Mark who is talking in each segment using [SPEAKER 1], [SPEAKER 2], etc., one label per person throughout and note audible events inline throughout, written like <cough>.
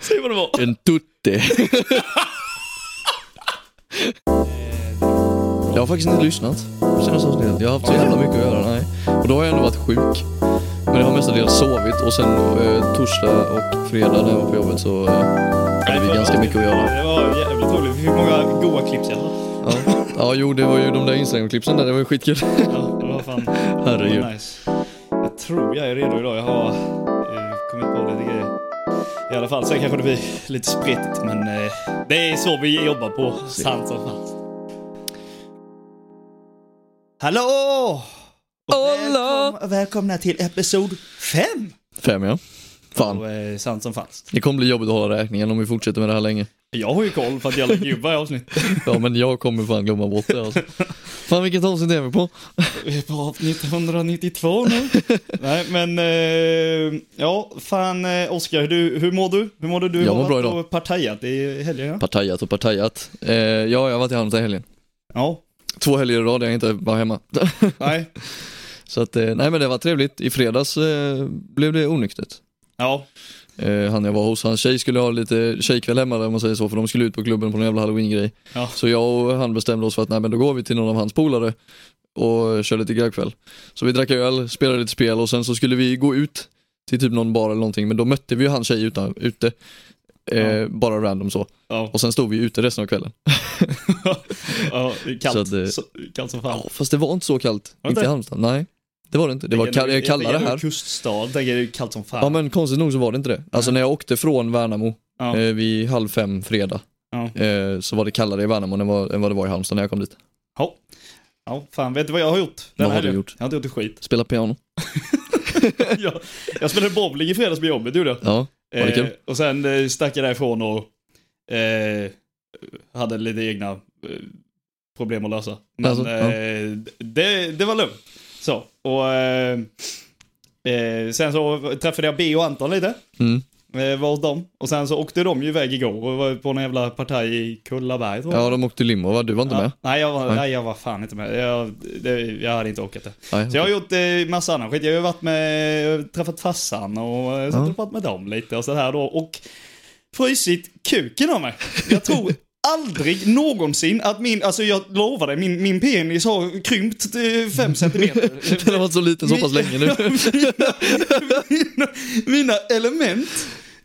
[SPEAKER 1] Säg vad det var.
[SPEAKER 2] En tutti. Jag har faktiskt inte lyssnat på senaste avsnittet. Jag har haft så jävla mycket att göra. Nej. Och då har jag ändå varit sjuk. Men jag har mestadels sovit och sen eh, torsdag och fredag när jag var på jobbet så eh, hade vi ganska mycket att göra.
[SPEAKER 1] Det var jävligt roligt. Vi fick många goa klipp i alla fall.
[SPEAKER 2] Ja, ja jo det var ju de där Instagram-klipsen där. Det var ju skitkul.
[SPEAKER 1] <laughs> Ja, det var fan det
[SPEAKER 2] Herregud.
[SPEAKER 1] var nice. Jag tror jag är redo idag. Jag har eh, kommit på lite grejer. I alla fall, sen kanske det blir lite spretigt, men eh, det är så vi jobbar på. Sant som fan. Hallå!
[SPEAKER 2] Hola!
[SPEAKER 1] Välkom- välkomna till episod 5!
[SPEAKER 2] Fem ja. Fan.
[SPEAKER 1] Eh, sant som falskt.
[SPEAKER 2] Det kommer bli jobbigt att hålla räkningen om vi fortsätter med det här länge.
[SPEAKER 1] Jag har ju koll för att jag lägger ju upp varje avsnitt.
[SPEAKER 2] Ja men jag kommer fan glömma bort det alltså. Fan vilket avsnitt är vi på?
[SPEAKER 1] Vi är på avsnitt 192
[SPEAKER 2] <laughs>
[SPEAKER 1] nu. Nej, men eh, ja, fan eh, Oskar, hur, du- hur mår du? Hur mår du? Du
[SPEAKER 2] Jag
[SPEAKER 1] har
[SPEAKER 2] mår bra
[SPEAKER 1] varit
[SPEAKER 2] idag.
[SPEAKER 1] på partajat i helgen, ja?
[SPEAKER 2] Partajat och partajat. Eh, ja, jag har varit i Halmstad i helgen.
[SPEAKER 1] Ja,
[SPEAKER 2] Två helger i rad där jag inte var hemma.
[SPEAKER 1] nej.
[SPEAKER 2] Så att, eh, nej men det var trevligt. I fredags eh, blev det onyktert.
[SPEAKER 1] Ja,
[SPEAKER 2] Eh, han jag var hos, hans tjej skulle ha lite tjejkväll hemma där om man säger så, för de skulle ut på klubben på någon jävla halloween-grej.
[SPEAKER 1] Ja.
[SPEAKER 2] Så jag och han bestämde oss för att nej men då går vi till någon av hans polare och kör lite grabbkväll. Så vi drack öl, spelade lite spel och sen så skulle vi gå ut till typ någon bar eller någonting, men då mötte vi ju hans tjej utan, ute. Eh,
[SPEAKER 1] Ja.
[SPEAKER 2] Bara random så.
[SPEAKER 1] ja,
[SPEAKER 2] Och sen stod vi ute resten av kvällen.
[SPEAKER 1] ja det är kallt.
[SPEAKER 2] Så att, eh,
[SPEAKER 1] Så, kallt som fan.
[SPEAKER 2] Ja, fast det var inte så kallt.
[SPEAKER 1] Var det
[SPEAKER 2] Inte i
[SPEAKER 1] inte?
[SPEAKER 2] Halmstad, nej. Det var det inte. Det var
[SPEAKER 1] Jag tänker
[SPEAKER 2] kall-
[SPEAKER 1] nu- jag
[SPEAKER 2] kallare
[SPEAKER 1] tänker nu
[SPEAKER 2] här.
[SPEAKER 1] kuststad, tänker det är kallt som fan.
[SPEAKER 2] Ja men konstigt nog så var det inte det. Alltså när jag åkte från Värnamo
[SPEAKER 1] Ja.
[SPEAKER 2] eh, vid halv fem fredag
[SPEAKER 1] Ja.
[SPEAKER 2] eh, så var det kallare i Värnamo än vad, än vad det var i Halmstad när jag kom dit.
[SPEAKER 1] Ja. ja, fan vet du vad jag har gjort? Den
[SPEAKER 2] Vad har
[SPEAKER 1] helgen?
[SPEAKER 2] du gjort?
[SPEAKER 1] Jag har inte gjort ett skit. <laughs>
[SPEAKER 2] Spela piano.
[SPEAKER 1] jag, jag spelade bowling i fredags med jobbet, gjorde jag.
[SPEAKER 2] Ja, Var det kul?
[SPEAKER 1] Eh, och sen eh, stack jag därifrån och eh, hade lite egna eh, problem att lösa. Men
[SPEAKER 2] Alltså, ja.
[SPEAKER 1] eh, d- det, det var lugnt. Så, och eh, eh, sen så träffade jag B och Anton lite.
[SPEAKER 2] mm.
[SPEAKER 1] Eh, var hos dem. Och sen så åkte de ju iväg igår och var på någon jävla partaj i Kullaberg tror jag.
[SPEAKER 2] ja de åkte limo va? Du var inte
[SPEAKER 1] Ja.
[SPEAKER 2] med?
[SPEAKER 1] Nej, jag var,
[SPEAKER 2] Nej.
[SPEAKER 1] nej, jag var fan inte med. Jag, det, jag hade inte orkat det.
[SPEAKER 2] Nej. <laughs>
[SPEAKER 1] Så jag har gjort eh, massa annan skit. Jag har ju varit med, jag har träffat farsan och eh, satt och pratat med dem lite och sådär då. Och frysit kuken av mig. Jag tror aldrig någonsin att min, alltså jag lovar dig, min, min penis har krympt eh, fem centimeter.
[SPEAKER 2] Den har varit så liten så pass länge nu.
[SPEAKER 1] <laughs> mina, mina element,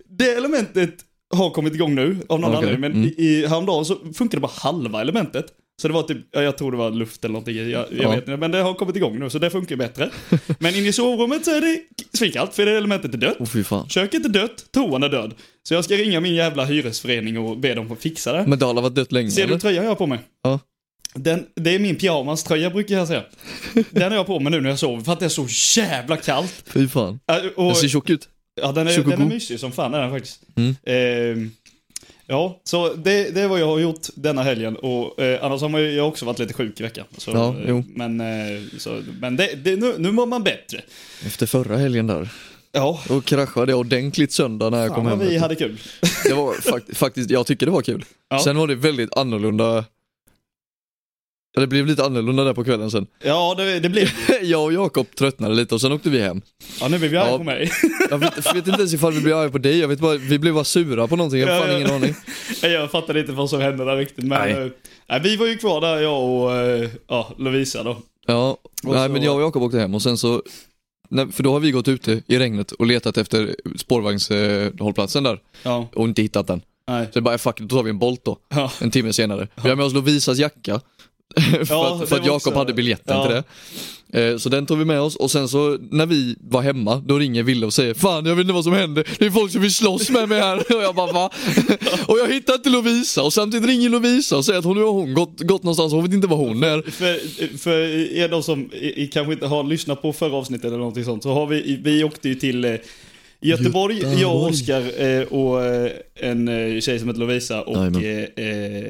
[SPEAKER 1] det elementet har kommit igång nu av någon
[SPEAKER 2] Okej,
[SPEAKER 1] anledning. Men
[SPEAKER 2] mm.
[SPEAKER 1] i, i, häromdagen så funkade bara halva elementet. Så det var typ, ja, jag tror det var luft eller någonting, jag, jag
[SPEAKER 2] Ja.
[SPEAKER 1] vet inte. Men det har kommit igång nu så det funkar bättre.
[SPEAKER 2] <laughs>
[SPEAKER 1] Men inne i sovrummet så är det svinkallt för det elementet är dött.
[SPEAKER 2] Åh fy fan.
[SPEAKER 1] Köket är dött, toan är död. Så jag ska ringa min jävla hyresförening och be dem att fixa det.
[SPEAKER 2] Men det har alla varit dött länge
[SPEAKER 1] Ser du
[SPEAKER 2] Mm. eller?
[SPEAKER 1] tröjan jag har på mig?
[SPEAKER 2] Ja.
[SPEAKER 1] Den, det är min pyjamaströja brukar jag
[SPEAKER 2] <laughs>
[SPEAKER 1] säga. Den har jag på mig nu när jag sover för att det är så jävla kallt.
[SPEAKER 2] Fy fan.
[SPEAKER 1] Äh, Och,
[SPEAKER 2] Den ser tjock ut.
[SPEAKER 1] ja, den, är,
[SPEAKER 2] tjock och
[SPEAKER 1] den är
[SPEAKER 2] god.
[SPEAKER 1] mysig som fan är den faktiskt.
[SPEAKER 2] Mm.
[SPEAKER 1] Ehm, ja, så det, det är vad jag har gjort denna helgen. Och eh, annars har man ju, jag har också varit lite sjuk i veckan. Så,
[SPEAKER 2] Ja,
[SPEAKER 1] eh,
[SPEAKER 2] jo.
[SPEAKER 1] Men, eh, så, men det, det, nu, nu mår man bättre.
[SPEAKER 2] Efter förra helgen där.
[SPEAKER 1] Ja,
[SPEAKER 2] Då kraschade jag ordentligt söndag när jag
[SPEAKER 1] fan
[SPEAKER 2] kom
[SPEAKER 1] vad
[SPEAKER 2] hem.
[SPEAKER 1] vi hade kul.
[SPEAKER 2] Det var fakt- faktiskt, jag tycker det var kul.
[SPEAKER 1] Ja.
[SPEAKER 2] Sen var det väldigt annorlunda. Ja, Det blev lite annorlunda där på kvällen sen.
[SPEAKER 1] Ja, det, det blev
[SPEAKER 2] <laughs> Jag och Jakob tröttnade lite och sen åkte vi hem.
[SPEAKER 1] Ja, nu blev jag arg
[SPEAKER 2] Ja.
[SPEAKER 1] på mig. <laughs>
[SPEAKER 2] Jag vet, jag vet inte ens ifall vi blev arga på dig, jag vet bara, vi blev bara sura på någonting, jag har
[SPEAKER 1] Ja,
[SPEAKER 2] fan
[SPEAKER 1] ja.
[SPEAKER 2] ingen aning.
[SPEAKER 1] Nej, Jag fattar inte vad som hände där riktigt. Men,
[SPEAKER 2] Nej.
[SPEAKER 1] eh, nej, vi var ju kvar där, jag och eh, ja, Lovisa då.
[SPEAKER 2] Ja, nej
[SPEAKER 1] så-
[SPEAKER 2] men jag och Jakob åkte hem och sen så, nej, för då har vi gått ute i regnet och letat efter spårvagnshållplatsen där
[SPEAKER 1] Ja,
[SPEAKER 2] och inte hittat den.
[SPEAKER 1] nej.
[SPEAKER 2] Så jag bara fuck it, då tar vi en Bolt då,
[SPEAKER 1] Ja.
[SPEAKER 2] en timme senare. Vi har med oss Lovisas jacka, <laughs> för
[SPEAKER 1] Ja, det
[SPEAKER 2] att, för att
[SPEAKER 1] var
[SPEAKER 2] Jakob
[SPEAKER 1] också-
[SPEAKER 2] hade biljetten
[SPEAKER 1] ja.
[SPEAKER 2] till det. Eh, Så den tog vi med oss och sen så när vi var hemma, då ringer Ville och säger Fan jag vet inte vad som hände, det är folk som vill slåss med mig här. <laughs> Och jag bara va? Och jag hittar inte Lovisa och samtidigt ringer Lovisa och säger att hon nu har hon gått, gått någonstans, hon vet inte var hon är.
[SPEAKER 1] För, för er de som i, i, kanske inte har lyssnat på förra avsnittet eller någonting sånt, så har vi, vi åkte ju till eh, Göteborg,
[SPEAKER 2] Göteborg.
[SPEAKER 1] jag och Oskar eh, och eh, en eh, tjej som heter Lovisa och eh,
[SPEAKER 2] Jajamän.
[SPEAKER 1] eh, eh,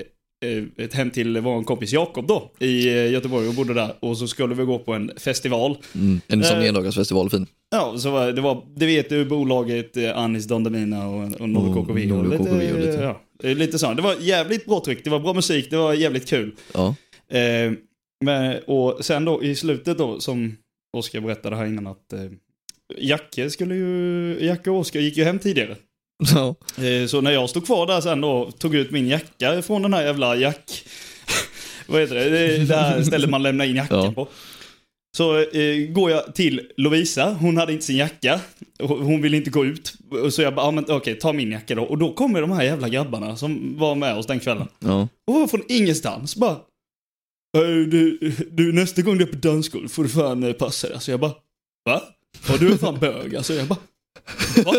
[SPEAKER 1] ett hem till vår kompis Jakob då i eh, Göteborg och bodde där. Och så skulle vi gå på en festival.
[SPEAKER 2] Mm, en sån
[SPEAKER 1] Eh.
[SPEAKER 2] endagarsfestival, fin.
[SPEAKER 1] Ja, så var, det var, det vet du, bolaget eh, Anis Don Demina och, och Nordic
[SPEAKER 2] Och
[SPEAKER 1] KKV. Och
[SPEAKER 2] Nordic KKV och
[SPEAKER 1] lite,
[SPEAKER 2] lite.
[SPEAKER 1] ja, eh, lite sånt. Det var jävligt bra tryck, det var bra musik, det var jävligt kul.
[SPEAKER 2] Ja.
[SPEAKER 1] Eh, men, och sen då i slutet då, som Oskar berättade här innan att eh, Jacke skulle ju, Jacke och Oskar gick ju hem tidigare.
[SPEAKER 2] <laughs> Ja.
[SPEAKER 1] Eh, Så när jag stod kvar där sen då, tog ut min jacka från den här jävla jack... <laughs> Vad heter det? Det det här stället man lämnar in jackan
[SPEAKER 2] Ja.
[SPEAKER 1] på. Så eh, går jag till Lovisa, hon hade inte sin jacka. Hon hon ville inte gå ut. Så jag bara, ah, men okej, ta min jacka då. Och då kommer de här jävla grabbarna som var med oss den kvällen.
[SPEAKER 2] Ja.
[SPEAKER 1] Och var från ingenstans bara. "Eh, Du, du, nästa gång du är på dansgolv får du fan eh, passa dig. Alltså jag bara, va? Och du är fan bög alltså. Jag bara, va?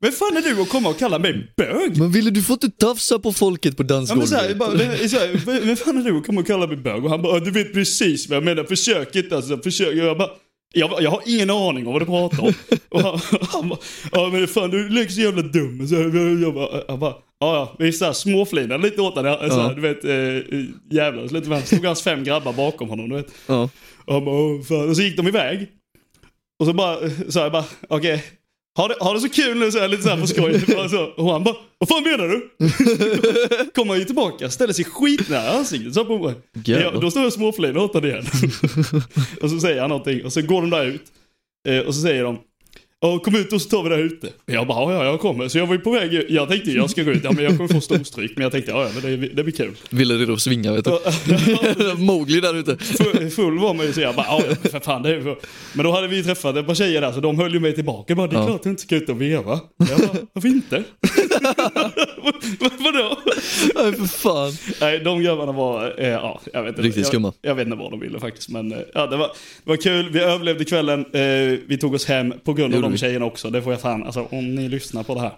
[SPEAKER 1] Vem fan är du att komma och kalla mig bög?
[SPEAKER 2] Men ville du får inte tafsa på folket på
[SPEAKER 1] Ja, men så här,
[SPEAKER 2] dansgolvet.
[SPEAKER 1] bara, vem- så här, vem vem fan är du att komma och kalla mig bög? Och han bara, "Ja, du vet precis vad jag menar. Försök inte alltså. Försök. Och jag bara, jag, jag har ingen aning om vad du pratar om. Och han, han bara, ja men fan du låter så jävla dum. Så jag, jag bara, han bara, ja ja, vi såhär småflinade lite åt honom. Så här,
[SPEAKER 2] Ja.
[SPEAKER 1] Du vet, eh, jävlar. Så lite med. stod hans fem grabbar bakom honom. Du vet.
[SPEAKER 2] ja.
[SPEAKER 1] Och han bara, "Åh, fan. Och så gick de iväg. Och så bara, så här, bara, okej. Ha det, ha det så kul nu, så här, lite så här på skoj. Bara så. Och han bara, vad fan menar du? Kommer han ju tillbaka, ställer sig skitnära ansiktet. Så här på mig.
[SPEAKER 2] Jävlar.
[SPEAKER 1] Ja, då står jag och småflinar åt honom igen. och så säger han någonting och så går de där ut. Eh, Och så säger de, "Ja, kom ut och så tar vi det här ute. Jag bara, "Ja, ja, jag kommer. Så jag var ju på väg, jag tänkte jag ska gå ut, ja, men jag kommer få storstryk. Men jag tänkte, ja, ja, men det, det blir kul.
[SPEAKER 2] Ville du då svinga vet du. <laughs> Mowgli där ute.
[SPEAKER 1] Full, full var man ju så jag bara, "Ja, ja, för fan det är ju- Men då hade vi ju träffat ett par tjejer där så de höll ju mig tillbaka. Jag bara, det är
[SPEAKER 2] Ja.
[SPEAKER 1] klart du inte ska ut och veva. Jag bara, varför inte? <laughs> Vad- Vadå?
[SPEAKER 2] Nej för fan.
[SPEAKER 1] Nej, de grabbarna var, eh, ja, jag vet inte.
[SPEAKER 2] Riktigt
[SPEAKER 1] jag,
[SPEAKER 2] skumma.
[SPEAKER 1] Jag vet inte vad de ville faktiskt, men eh, ja, det var, det var kul. Vi överlevde kvällen. Eh, vi tog oss hem på grund av
[SPEAKER 2] Gjorde
[SPEAKER 1] de
[SPEAKER 2] vi.
[SPEAKER 1] tjejerna också. Det får jag fan, alltså om ni lyssnar på det här.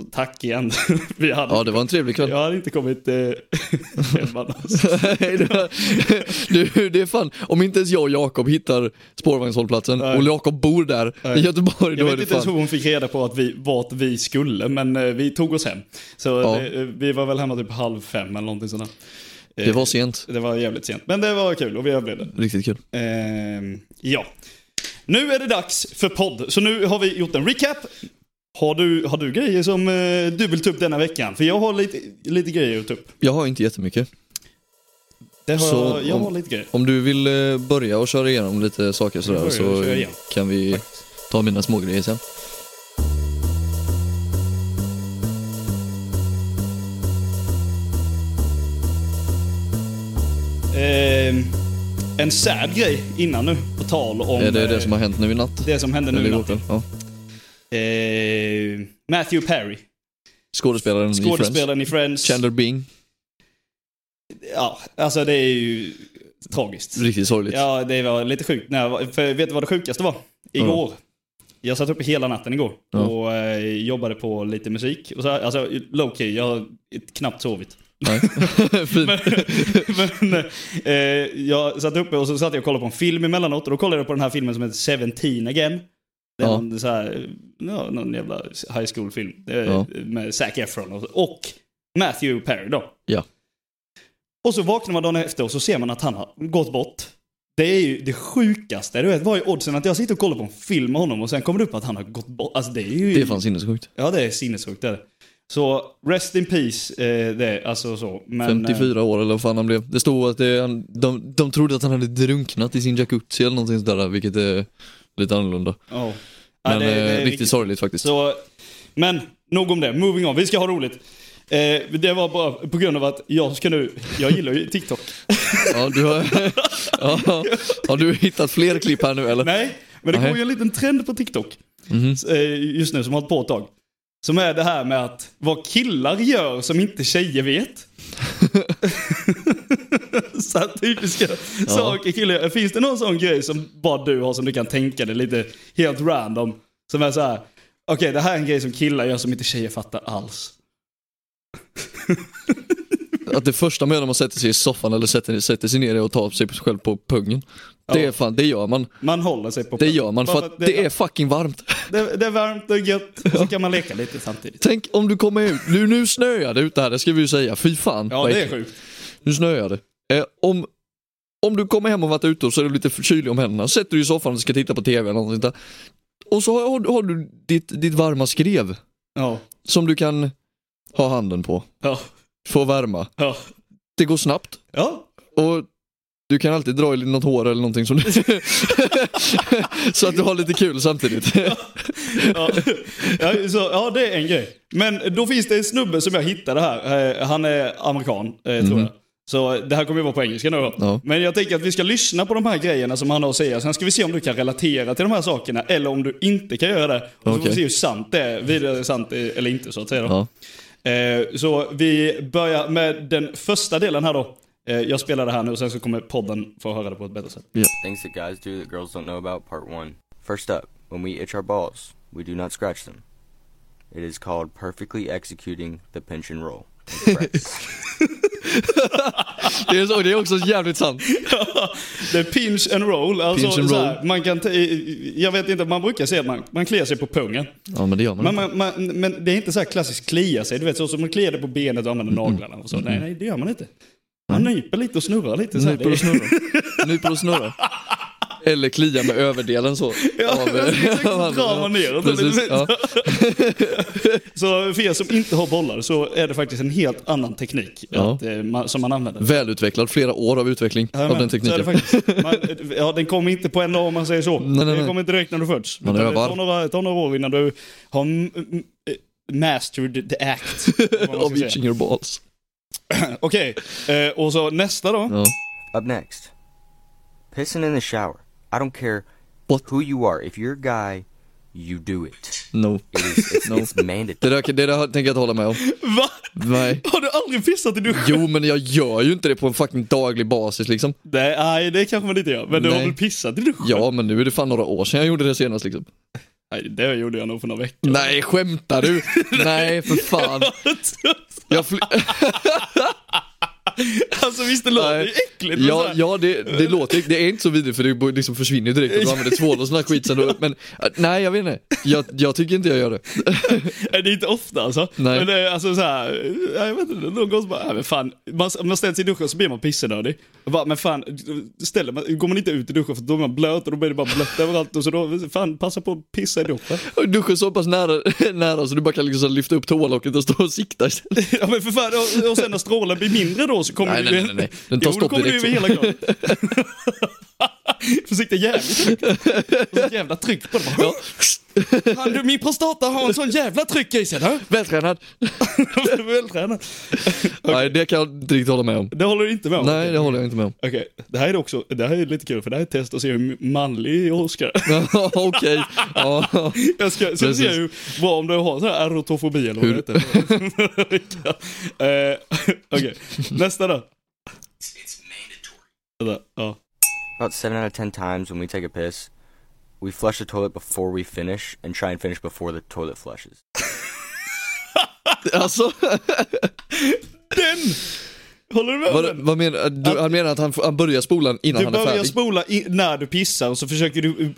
[SPEAKER 1] så Tack igen. <laughs> Vi hade,
[SPEAKER 2] Ja det var en trevlig kväll. <laughs>
[SPEAKER 1] Jag hade inte kommit eh, <laughs> hem annars.
[SPEAKER 2] Nej, det var- du, det är fan, om inte ens jag och Jakob hittar spårvagnshållplatsen
[SPEAKER 1] Nej.
[SPEAKER 2] och Jakob bor där
[SPEAKER 1] Nej.
[SPEAKER 2] i Göteborg,
[SPEAKER 1] Jag
[SPEAKER 2] då är
[SPEAKER 1] vet
[SPEAKER 2] det
[SPEAKER 1] inte ens hur
[SPEAKER 2] fan.
[SPEAKER 1] hon fick reda på att vi, vart vi skulle, men eh, vi tog oss hem. Så
[SPEAKER 2] Ja.
[SPEAKER 1] eh, vi var väl hemma typ halv fem eller någonting sånt där. Eh,
[SPEAKER 2] Det var sent.
[SPEAKER 1] det var jävligt sent, men det var kul och vi överlevde.
[SPEAKER 2] Riktigt kul.
[SPEAKER 1] Ehm, ja. Nu är det dags för podd, så nu har vi gjort en recap. Har du, har du grejer som eh, du vill ta upp denna veckan? För jag har lite, lite grejer att ta upp.
[SPEAKER 2] Jag har inte jättemycket.
[SPEAKER 1] Det har,
[SPEAKER 2] Så
[SPEAKER 1] jag- jag
[SPEAKER 2] om-
[SPEAKER 1] har lite grejer.
[SPEAKER 2] Om du vill eh, börja och köra igenom lite saker sådär
[SPEAKER 1] börjar
[SPEAKER 2] så
[SPEAKER 1] och kör igen.
[SPEAKER 2] kan vi ta mina smågrejer sen.
[SPEAKER 1] Ehm, en sad grej innan nu, på tal om
[SPEAKER 2] Är det det
[SPEAKER 1] eh,
[SPEAKER 2] som har hänt nu i natt?
[SPEAKER 1] det som hände nu
[SPEAKER 2] Eller
[SPEAKER 1] i
[SPEAKER 2] igår
[SPEAKER 1] natt.
[SPEAKER 2] kväll? Ja.
[SPEAKER 1] Eh, Matthew Perry,
[SPEAKER 2] Skådespelaren i Friends.
[SPEAKER 1] skådespelaren i Friends.
[SPEAKER 2] Chandler Bing.
[SPEAKER 1] Ja, alltså det är ju tragiskt.
[SPEAKER 2] Riktigt sorgligt.
[SPEAKER 1] Ja, det var lite sjukt. när jag var- för vet du vad det sjukaste var? Igår. Jag satt uppe hela natten igår
[SPEAKER 2] Ja.
[SPEAKER 1] och eh, jobbade på lite musik. Och så, alltså low key, jag har knappt
[SPEAKER 2] <laughs>
[SPEAKER 1] sovit. <laughs>
[SPEAKER 2] Nej. Fint.
[SPEAKER 1] Men eh, jag satt uppe och så satt jag och kollade på en film emellanåt och då kollade jag på den här filmen som heter Seventeen again. Det är
[SPEAKER 2] Ja.
[SPEAKER 1] någon, så här, ja, någon jävla high school film eh,
[SPEAKER 2] Ja.
[SPEAKER 1] med Zac Efron och, och Matthew Perry då.
[SPEAKER 2] Ja.
[SPEAKER 1] Och så vaknar man dagen efter och så ser man att han har gått bort. Det är ju det sjukaste. Du vet, vad är oddsen att jag sitter och kollar på en film med honom och sen kommer det upp att han har gått bort? Alltså det är ju...
[SPEAKER 2] Det är fan sinnessjukt.
[SPEAKER 1] Ja, det är sinnessjukt. Det är det. Så rest in peace, eh, det är alltså så. Men, eh,
[SPEAKER 2] 54 år eller vad fan han blev. Det stod att det, han, de, de trodde att han hade drunknat i sin jacuzzi eller någonting sådär, vilket är lite annorlunda.
[SPEAKER 1] Ja.
[SPEAKER 2] Men
[SPEAKER 1] ja, det, det
[SPEAKER 2] eh,
[SPEAKER 1] är
[SPEAKER 2] riktigt, sorgligt faktiskt.
[SPEAKER 1] Så, men nog om det, moving on. Vi ska ha roligt. Eh, det var bara på grund av att jag ska nu, jag gillar ju TikTok.
[SPEAKER 2] Ja, du har,
[SPEAKER 1] <laughs>
[SPEAKER 2] ja, har du hittat fler klipp här nu eller?
[SPEAKER 1] Nej, men det
[SPEAKER 2] Nej. Mhm.
[SPEAKER 1] går ju en liten trend på TikTok s- eh, just nu som har hållit på ett tag. Som är det här med att vad killar gör som inte tjejer vet. <laughs> så här typiska saker killar gör. Finns det någon sån grej som bara du har som du kan tänka dig lite helt random? Som är så här, okej det här är en grej som killar gör som inte tjejer fattar alls.
[SPEAKER 2] Att det första man gör när man sätter sig i soffan eller sätter, sätter sig ner är att ta sig själv på pungen. Det är fan, det gör man.
[SPEAKER 1] Man håller sig på
[SPEAKER 2] Det gör man
[SPEAKER 1] Bara
[SPEAKER 2] för att det är fucking varmt.
[SPEAKER 1] det, det är varmt och gött och så kan man leka lite samtidigt.
[SPEAKER 2] Tänk om du kommer ut, nu, nu snöar det ute här, det ska vi ju säga. Fy fan.
[SPEAKER 1] Ja
[SPEAKER 2] vad
[SPEAKER 1] det är
[SPEAKER 2] äckligt.
[SPEAKER 1] sjukt.
[SPEAKER 2] Nu snöar det. Eh, om, om du kommer hem och varit ute och så är du lite kylig om händerna, sätter du dig i soffan och ska titta på TV eller någonting där. Och så har, har, du- har du ditt, ditt varma skrev
[SPEAKER 1] Ja.
[SPEAKER 2] som du kan ha handen på.
[SPEAKER 1] Ja.
[SPEAKER 2] Få värma.
[SPEAKER 1] Ja.
[SPEAKER 2] Det går snabbt
[SPEAKER 1] ja.
[SPEAKER 2] och Du kan alltid dra i något hår eller någonting som du... <laughs> så att du har lite kul samtidigt.
[SPEAKER 1] Ja, ja, så, ja, det är en grej. Men då finns det en snubbe som jag hittade här. Eh, Han är amerikan, eh, tror jag. Så det här kommer ju vara på engelska nu då.
[SPEAKER 2] Mhm. Ja.
[SPEAKER 1] Men jag tänker att vi ska lyssna på de här grejerna som han har att säga. Sen ska vi se om du kan relatera till de här sakerna eller om du inte kan göra det. Och så får
[SPEAKER 2] Okej.
[SPEAKER 1] vi se hur sant det är, vidare är sant eh, eller inte så att säga. Då.
[SPEAKER 2] <laughs> Ja.
[SPEAKER 1] Eh, Så vi börjar med den första delen här då. Eh, Jag spelar det här nu och sen så kommer podden få höra det på ett bättre sätt.
[SPEAKER 3] Things that guys do that girls don't know about, part one. First up, when we itch our balls, we do not scratch them. It is called perfectly executing the pinch and roll.
[SPEAKER 2] <laughs>
[SPEAKER 3] in practice.
[SPEAKER 2] Det, är så, det är också jävligt sant.
[SPEAKER 1] Det är pinch and roll. Alltså,
[SPEAKER 2] Pinch and
[SPEAKER 1] så här, man kan ta- i- jag vet inte, man brukar säga att man, man kliar sig på pungen.
[SPEAKER 2] Ja men det gör man.
[SPEAKER 1] Men,
[SPEAKER 2] inte.
[SPEAKER 1] man, man, men det är inte så här klassiskt klia sig. Du vet så som man kliar det på benet och använder naglarna och så. Nej, nej, det gör man inte. Man nyper lite och snurrar lite. Så här.
[SPEAKER 2] Nyper och snurrar. Nyper och snurrar. Eller klia med överdelen så.
[SPEAKER 1] Ja, precis. Drar man neråt lite.
[SPEAKER 2] Precis, ja.
[SPEAKER 1] Så för er som inte har bollar så är det faktiskt en helt annan teknik
[SPEAKER 2] Ja.
[SPEAKER 1] att, eh, man, som man använder.
[SPEAKER 2] Välutvecklad, flera år av utveckling av
[SPEAKER 1] Jajamän,
[SPEAKER 2] den
[SPEAKER 1] så är det
[SPEAKER 2] tekniken.
[SPEAKER 1] faktiskt. Man, ja, den kommer inte på en dag om man säger så.
[SPEAKER 2] Nej, nej,
[SPEAKER 1] Den
[SPEAKER 2] nej.
[SPEAKER 1] kommer inte direkt när du föds.
[SPEAKER 2] Man
[SPEAKER 1] Utan
[SPEAKER 2] övar.
[SPEAKER 1] Det tar några, tar några år innan du har m- m- eh, mastered the act.
[SPEAKER 2] <laughs>
[SPEAKER 1] eller vad man
[SPEAKER 2] Of
[SPEAKER 1] ska säga.
[SPEAKER 2] itching your balls.
[SPEAKER 1] Okej, eh, och så nästa då.
[SPEAKER 2] Ja.
[SPEAKER 3] Up next, pissing in the shower. I don't care
[SPEAKER 2] What?
[SPEAKER 3] who you are. If you're a guy, you do it.
[SPEAKER 2] No. <laughs>
[SPEAKER 3] It is, it's,
[SPEAKER 2] No.
[SPEAKER 3] it's
[SPEAKER 2] Det
[SPEAKER 3] mandatory.
[SPEAKER 2] där, det där tänker jag inte hålla med om.
[SPEAKER 1] Va?
[SPEAKER 2] Nej.
[SPEAKER 1] Har du aldrig pissat i duschen?
[SPEAKER 2] Jo men jag gör ju inte det på en fucking daglig basis liksom.
[SPEAKER 1] Nej, nej, det kanske man inte gör. Men du har
[SPEAKER 2] Nej.
[SPEAKER 1] väl pissat i duschen?
[SPEAKER 2] Ja men nu är det fan några år sedan jag gjorde det senast liksom.
[SPEAKER 1] Nej, det gjorde jag nog för några veckor.
[SPEAKER 2] Nej
[SPEAKER 1] <laughs>
[SPEAKER 2] skämtar du? Nej för fan. Jag fly-
[SPEAKER 1] alltså visst, det låter ju
[SPEAKER 2] Nej.
[SPEAKER 1] äckligt. men så
[SPEAKER 2] Ja,
[SPEAKER 1] här-
[SPEAKER 2] ja det, det låter, det är inte så vidrigt för det liksom försvinner ju
[SPEAKER 1] <laughs>
[SPEAKER 2] direkt och du använder tvål och sån här skit sen då, men äh, nej jag vet inte. Jag, jag tycker inte jag gör det. <laughs>
[SPEAKER 1] <laughs> Nej, Det är inte ofta alltså.
[SPEAKER 2] Nej.
[SPEAKER 1] Men det är alltså så här, ja, jag vet inte, någon gång så bara, ja, men fan, man, man ställer sig i duschen så blir man pissnödig. Och Bara, men fan, ställer man, går man inte ut i duschen för då är man blöt och då blir det bara blött överallt och så då, fan passa på att pissa i duschen. <laughs>
[SPEAKER 2] Och Duschen så pass nära, <laughs> nära så du bara kan liksom så här lyfta upp tålocket och stå och
[SPEAKER 1] <laughs>
[SPEAKER 2] sikta istället.
[SPEAKER 1] Ja men för fan, och, och sen när strålen blir mindre då så kommer
[SPEAKER 2] Nej,
[SPEAKER 1] du
[SPEAKER 2] nej, nej, nej. Den tar
[SPEAKER 1] jo, då
[SPEAKER 2] stopp
[SPEAKER 1] kommer
[SPEAKER 2] direkt.
[SPEAKER 1] du över hela kroppen. <laughs> Försikta jävligt högt. Och så ett jävla tryck på det bara.
[SPEAKER 2] Ja.
[SPEAKER 1] Fan, du, min prostata har en sån jävla tryck i sig. då. <laughs>
[SPEAKER 2] Vältränad.
[SPEAKER 1] Vältränad.
[SPEAKER 2] Nej det kan jag inte riktigt hålla med om.
[SPEAKER 1] Det håller du inte med om?
[SPEAKER 2] Nej det håller jag inte med om. <laughs>
[SPEAKER 1] Okej, det här är också, det här är lite kul för det här är ett test att se hur manlig Oscar <laughs> är.
[SPEAKER 2] Okej.
[SPEAKER 1] <laughs>
[SPEAKER 2] Ja.
[SPEAKER 1] Jag ska, ska vi se
[SPEAKER 2] Precis.
[SPEAKER 1] hur bra om du har sån här erotofobi eller vad
[SPEAKER 2] Hur-
[SPEAKER 1] det heter. <laughs> Vilka? Eh, <laughs> Okej, nästa då. Vänta, Ja.
[SPEAKER 3] About 7 out of 10 times when we take a piss, we flush the toilet before we finish and try and finish before the toilet flushes.
[SPEAKER 2] Alltså,
[SPEAKER 1] Den! Håller du med om
[SPEAKER 2] vad,
[SPEAKER 1] den?
[SPEAKER 2] vad menar du? Han menar att han, han börjar spolan innan
[SPEAKER 1] Du
[SPEAKER 2] han är
[SPEAKER 1] börjar
[SPEAKER 2] färdig?
[SPEAKER 1] spola i, när du pissar och så försöker du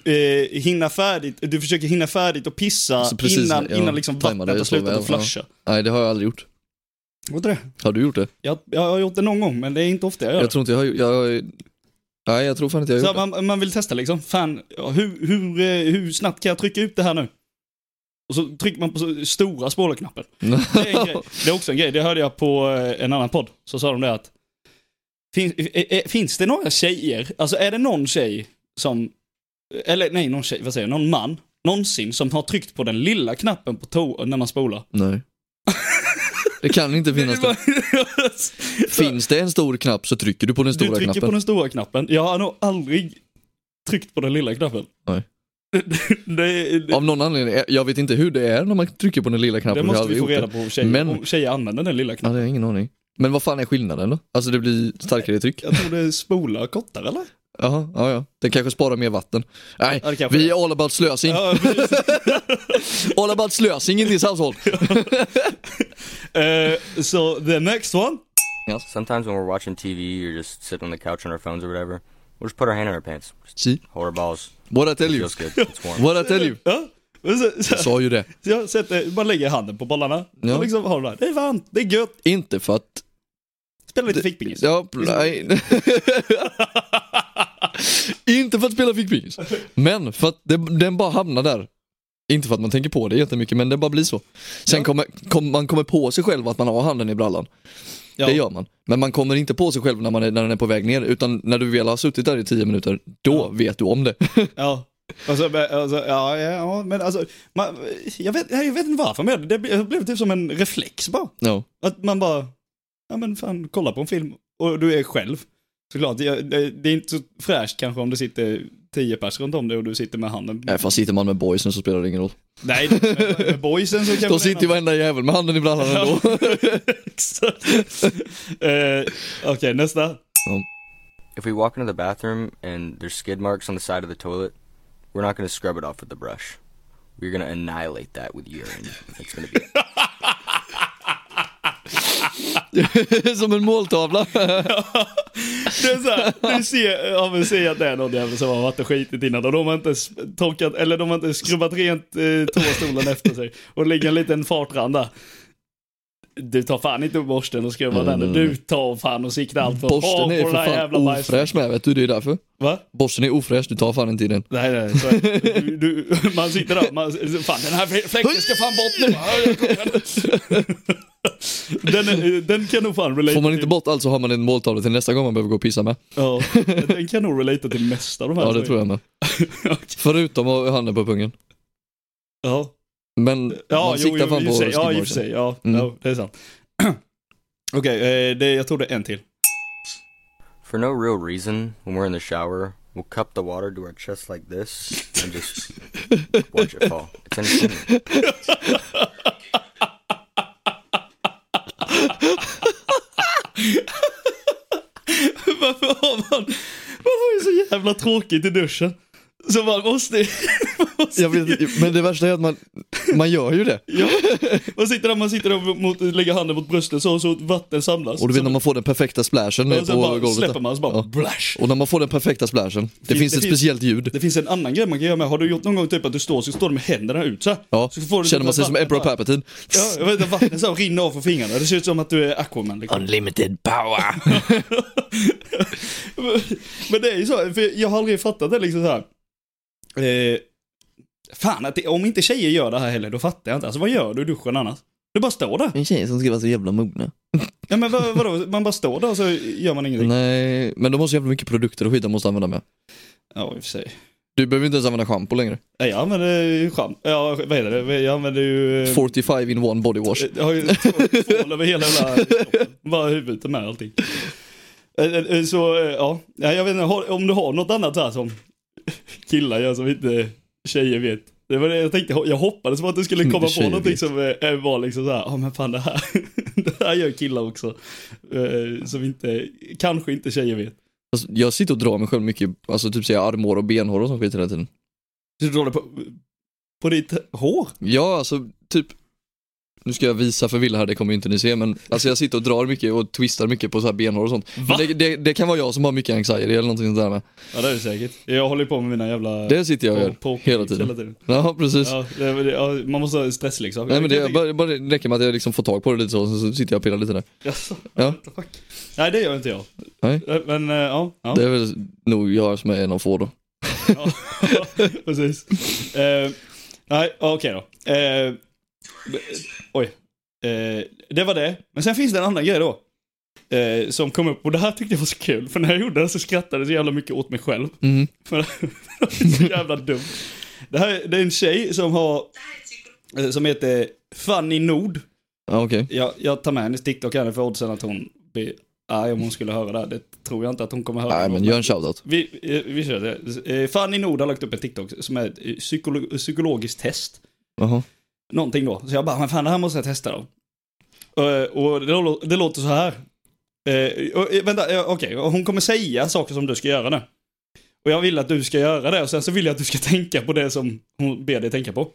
[SPEAKER 1] eh, hinna färdigt, du försöker hinna färdigt och pissa
[SPEAKER 2] Så precis,
[SPEAKER 1] innan,
[SPEAKER 2] ja,
[SPEAKER 1] innan liksom
[SPEAKER 2] tajmar
[SPEAKER 1] vattnet
[SPEAKER 2] det
[SPEAKER 1] har
[SPEAKER 2] så
[SPEAKER 1] slutat
[SPEAKER 2] väl,
[SPEAKER 1] att flasha.
[SPEAKER 2] Nej det har jag aldrig gjort.
[SPEAKER 1] Vad är det?
[SPEAKER 2] Har du gjort det?
[SPEAKER 1] Jag, jag har gjort det någon gång men det är inte ofta jag gör det.
[SPEAKER 2] Jag tror inte jag har gjort jag, Nej jag tror fan inte jag har
[SPEAKER 1] Så
[SPEAKER 2] gjort
[SPEAKER 1] här, man, man vill testa liksom, fan, ja, hur, hur, eh, hur snabbt kan jag trycka ut det här nu? Och så trycker man på så- stora spolarknappen. Det är, en grej. det är också en grej, det hörde jag på eh, en annan podd. Så sa de det att, finns, eh, eh, finns det några tjejer, alltså är det någon tjej som, eller nej, någon tjej, vad säger jag, någon man, någonsin som har tryckt på den lilla knappen på toa när man spolar?
[SPEAKER 2] <laughs> Nej. Det
[SPEAKER 1] <laughs>
[SPEAKER 2] kan inte finnas det. Finns det en stor knapp så trycker du på den
[SPEAKER 1] Du
[SPEAKER 2] stora
[SPEAKER 1] trycker
[SPEAKER 2] knappen.
[SPEAKER 1] på den stora knappen. Jag har nog aldrig tryckt på den lilla knappen.
[SPEAKER 2] Nej.
[SPEAKER 1] <laughs> det, det,
[SPEAKER 2] Av någon anledning, eh, jag vet inte hur det är när man trycker på den lilla knappen.
[SPEAKER 1] det
[SPEAKER 2] jag har
[SPEAKER 1] måste vi
[SPEAKER 2] aldrig
[SPEAKER 1] få reda
[SPEAKER 2] gjort det.
[SPEAKER 1] på om tjejer,
[SPEAKER 2] Men-
[SPEAKER 1] om tjejer använder den lilla
[SPEAKER 2] Ja,
[SPEAKER 1] knappen.
[SPEAKER 2] det har jag ingen aning. Men vad fan är skillnaden då? Alltså det blir starkare tryck?
[SPEAKER 1] Jag tror det spolar kortare eller?
[SPEAKER 2] Jaha, ja ja. Den kanske sparar mer vatten. Nej,
[SPEAKER 1] Ja, det kanske
[SPEAKER 2] vi är all about slösing.
[SPEAKER 1] Ja,
[SPEAKER 2] <laughs>
[SPEAKER 1] precis.
[SPEAKER 2] All about slösing i ditt hushåll.
[SPEAKER 1] Eh, so the next one.
[SPEAKER 3] Sometimes when we're watching TV or just sitting on the couch on our phones or whatever, we'll just put our hand in our pants. Just
[SPEAKER 2] See?
[SPEAKER 3] hold our balls.
[SPEAKER 2] What I
[SPEAKER 3] It
[SPEAKER 2] tell you.
[SPEAKER 3] feels good. It's warm.
[SPEAKER 2] What I tell you.
[SPEAKER 1] Ja. men Så, så,
[SPEAKER 2] Sa ju det.
[SPEAKER 1] så jag sätter, man lägger handen på bollarna.
[SPEAKER 2] Ja.
[SPEAKER 1] Och liksom har det där. Det är varmt, det är gött.
[SPEAKER 2] Inte för att
[SPEAKER 1] Spela lite fickpingis.
[SPEAKER 2] Ja, nej. <laughs> inte för att spela fickpingis, men för att det, den bara hamnar där. Inte för att man tänker på det jättemycket, men det bara blir så. Sen kommer kom, man kommer på sig själv att man har handen i brallan.
[SPEAKER 1] Ja.
[SPEAKER 2] Det gör man. Men man kommer inte på sig själv när, man är, när den är på väg ner, utan när du väl har suttit där i tio minuter, då vet
[SPEAKER 1] <laughs>
[SPEAKER 2] du om det.
[SPEAKER 1] Ja. Alltså, men, alltså, ja, ja, ja, men alltså, man, jag, vet, jag vet inte varför, men det blev, det blev typ som en reflex bara.
[SPEAKER 2] ja.
[SPEAKER 1] Att man bara, ja men fan, kolla på en film och du är själv. Såklart, jag- det, det är inte så fräscht kanske om det sitter tio pers runt om dig och du sitter med handen.
[SPEAKER 2] Nej, Äh, fast sitter man med boysen så spelar det ingen roll.
[SPEAKER 1] Nej, med, med boysen så kanske det
[SPEAKER 2] Då
[SPEAKER 1] är
[SPEAKER 2] sitter ju
[SPEAKER 1] en
[SPEAKER 2] varenda jävel med handen i brallan
[SPEAKER 1] annan-
[SPEAKER 2] ändå.
[SPEAKER 1] <laughs> Exakt. Eh, Okej, nästa.
[SPEAKER 3] If we walk into the bathroom and there's skid marks on the side of the toilet, we're not going to scrub it off with the brush. We're going to annihilate that with urine. It's going to be
[SPEAKER 2] <laughs> Som
[SPEAKER 1] <laughs>
[SPEAKER 2] en måltavla.
[SPEAKER 1] Det är så här, du ser, ja men ser att det är någon jävel som har varit och skitit innan och de har inte s- torkat, eller de har inte skrubbat rent eh, toastolen efter sig. Och det ligger en liten fartrand där. Du tar fan inte upp borsten och skruvar
[SPEAKER 2] Mm,
[SPEAKER 1] den.
[SPEAKER 2] mm,
[SPEAKER 1] Du tar fan och siktar allt på
[SPEAKER 2] Borsten är
[SPEAKER 1] på
[SPEAKER 2] ju för
[SPEAKER 1] den här jävla
[SPEAKER 2] fan
[SPEAKER 1] bajsen.
[SPEAKER 2] ofräsch med vet du, det är därför.
[SPEAKER 1] Va?
[SPEAKER 2] Borsten är ofräsch, du tar fan inte i den.
[SPEAKER 1] Nej, nej, så är det. du, du, man sitter där, man, fan den här fläkten ska fan bort nu. Den, är- den kan nog fan relate
[SPEAKER 2] Får man inte
[SPEAKER 1] till-
[SPEAKER 2] bort allt så har man en måltavla till nästa gång man behöver gå och pissa med.
[SPEAKER 1] Ja, den kan nog relata till mesta av de här.
[SPEAKER 2] Ja, det tror jag med. Förutom att ha handen på pungen.
[SPEAKER 1] Ja.
[SPEAKER 2] Men
[SPEAKER 1] Ja,
[SPEAKER 2] man
[SPEAKER 1] jo,
[SPEAKER 2] siktar
[SPEAKER 1] jo,
[SPEAKER 2] fan
[SPEAKER 1] i och
[SPEAKER 2] på
[SPEAKER 1] för sig. Ja, i och för
[SPEAKER 2] skidmarken.
[SPEAKER 1] sig. Ja,
[SPEAKER 2] Mm.
[SPEAKER 1] ja, det är sant. <clears throat> Okej, eh, det- jag tror det är en till. <laughs>
[SPEAKER 3] For no real reason, when we're in the shower, we'll cup the water to our chest like this and just watch it fall. It's entertaining.
[SPEAKER 1] Varför har man... Man har ju så jävla tråkigt i duschen. Så man måste... <laughs> Man, måste
[SPEAKER 2] Jag vet, men det värsta är att man, man gör
[SPEAKER 1] <laughs>
[SPEAKER 2] ju det.
[SPEAKER 1] ja, man sitter där, man sitter där mot, lägger handen mot bröstet så, så vatten samlas.
[SPEAKER 2] Och du vet
[SPEAKER 1] så,
[SPEAKER 2] när man får den perfekta
[SPEAKER 1] och
[SPEAKER 2] splashen ner
[SPEAKER 1] sen
[SPEAKER 2] på
[SPEAKER 1] bara
[SPEAKER 2] golvet.
[SPEAKER 1] släpper man så bara
[SPEAKER 2] Ja.
[SPEAKER 1] blash.
[SPEAKER 2] Och när man får den perfekta splashen, det finns,
[SPEAKER 1] det
[SPEAKER 2] ett
[SPEAKER 1] finns-
[SPEAKER 2] speciellt ljud.
[SPEAKER 1] Det finns en annan grej man kan göra med. Har du gjort någon gång typ att du står så står du med händerna ut så här?
[SPEAKER 2] Ja,
[SPEAKER 1] så får du typ
[SPEAKER 2] känner man sig som
[SPEAKER 1] vattnet
[SPEAKER 2] Emperor
[SPEAKER 1] bara-
[SPEAKER 2] Palpatine.
[SPEAKER 1] Ja, jag vet inte, vattnet så här rinner av från fingrarna. Det ser ut som att du är Aquaman liksom.
[SPEAKER 4] Unlimited power.
[SPEAKER 1] <laughs> Men det är ju så, för jag har aldrig fattat det liksom så här. Eh, fan, att det, om inte tjejer gör det här heller, då fattar jag inte. Alltså vad gör du i duschen annars? Du bara står där.
[SPEAKER 2] En tjej som ska vara så jävla mogna.
[SPEAKER 1] Ja men vad, vadå, man bara står där och så gör man ingenting.
[SPEAKER 2] Nej, men de har så jävla mycket produkter och skit de måste använda med.
[SPEAKER 1] Ja, i och för sig.
[SPEAKER 2] Du behöver inte ens använda schampo längre.
[SPEAKER 1] Nej, jag använder ju schamp... Ja, vad heter det? Jag använder ju... eh,
[SPEAKER 2] 45 in one body wash.
[SPEAKER 1] Jag Eh, har ju två- tvål över hela jävla kroppen. Bara huvudet med allting. Eh, eh, Så, eh, ja. Nej, Jag vet inte, har- om du har något annat här som killar gör som inte tjejer vet. Det var det jag tänkte, jag hoppades på att du skulle
[SPEAKER 2] Inte
[SPEAKER 1] komma på
[SPEAKER 2] tjejer
[SPEAKER 1] någonting
[SPEAKER 2] vet.
[SPEAKER 1] som eh, var liksom så här, ja men fan det här, <laughs> det här gör killar också. Eh, Som inte, kanske inte tjejer vet.
[SPEAKER 2] Alltså, jag sitter och drar mig själv mycket, alltså typ säga armhår och benhår och sånt skit hela tiden.
[SPEAKER 1] Så du drar det på, på ditt hår?
[SPEAKER 2] Ja, alltså typ nu ska jag visa för Wille här, det kommer ju inte ni se, men alltså jag sitter och drar mycket och twistar mycket på så här benhår och sånt. Men det, det, det kan vara jag som har mycket anxiety eller någonting sånt där med.
[SPEAKER 1] Ja det är det säkert. Jag håller ju på med mina jävla...
[SPEAKER 2] Det sitter jag och gör,
[SPEAKER 1] på- på-
[SPEAKER 2] hela tiden. Ja, precis.
[SPEAKER 1] Oh. Ja, det, det, ja, man måste ha liksom. stressleksaker.
[SPEAKER 2] Nej men det bara, bara det räcker med att jag liksom får tag på det lite så, så sitter jag och pillar lite där.
[SPEAKER 1] Jaså?
[SPEAKER 2] Ja.
[SPEAKER 1] What the fuck? Nej, det gör inte jag.
[SPEAKER 2] Nej.
[SPEAKER 1] Men eh, ja, ja,
[SPEAKER 2] Det är väl nog jag som är en av få då.
[SPEAKER 1] ja. <laughs> precis. Eh, nej, ja, okej då. Eh, b- oj. Eh, det var det. Men sen finns det en annan grej då. Eh, som kom upp och det här tyckte jag var så kul. För när jag gjorde det så skrattade jag så jävla mycket åt mig själv. <laughs>
[SPEAKER 2] Mm.
[SPEAKER 1] För det är så jävla dumt. Det, här, det är en tjej som har, eh, som heter Fanny Nord.
[SPEAKER 2] Ja okej.
[SPEAKER 1] Jag, jag tar med hennes TikTok här för oddsen att hon blir arg om hon skulle höra det. här. Det tror jag inte att hon kommer höra.
[SPEAKER 2] Nej men gör en shoutout.
[SPEAKER 1] Vi, eh, vi kör det. Eh, Fanny Nord har lagt upp en TikTok som är ett eh, psykolo- psykologiskt test.
[SPEAKER 2] Jaha.
[SPEAKER 1] Någonting då. Så jag bara, men fan det här måste jag testa då. Eh, Och det, lå- det låter så här. Eh, och, eh, vänta, eh, okej. och Hon kommer säga saker som du ska göra nu. Och jag vill att du ska göra det och sen så vill jag att du ska <laughs> tänka på det som hon ber dig tänka på.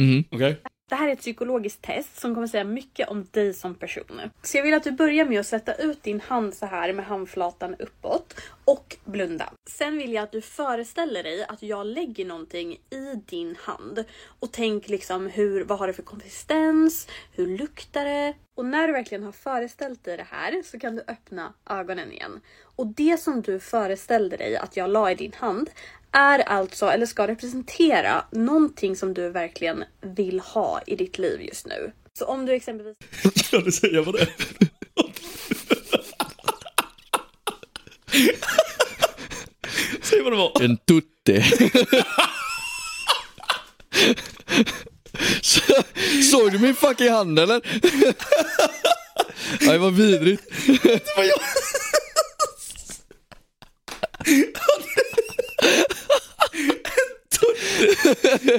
[SPEAKER 2] Mhm.
[SPEAKER 1] Okej?
[SPEAKER 5] Det här är ett psykologiskt test som kommer säga mycket om dig som person. Så jag vill att du börjar med att sätta ut din hand så här med handflatan uppåt och blunda. Sen vill jag att du föreställer dig att jag lägger någonting i din hand och tänk liksom hur, vad har det för konsistens? Hur luktar det? Och när du verkligen har föreställt dig det här så kan du öppna ögonen igen. Och det som du föreställde dig att jag la i din hand är alltså, eller ska representera, någonting som du verkligen vill ha i ditt liv just nu. Så om du exempelvis
[SPEAKER 1] Kan du säga vad det är? Säg vad det var.
[SPEAKER 2] En tutte. <laughs> Så, såg du min fucking hand eller? Nej, vad vidrigt.
[SPEAKER 1] Det var jag.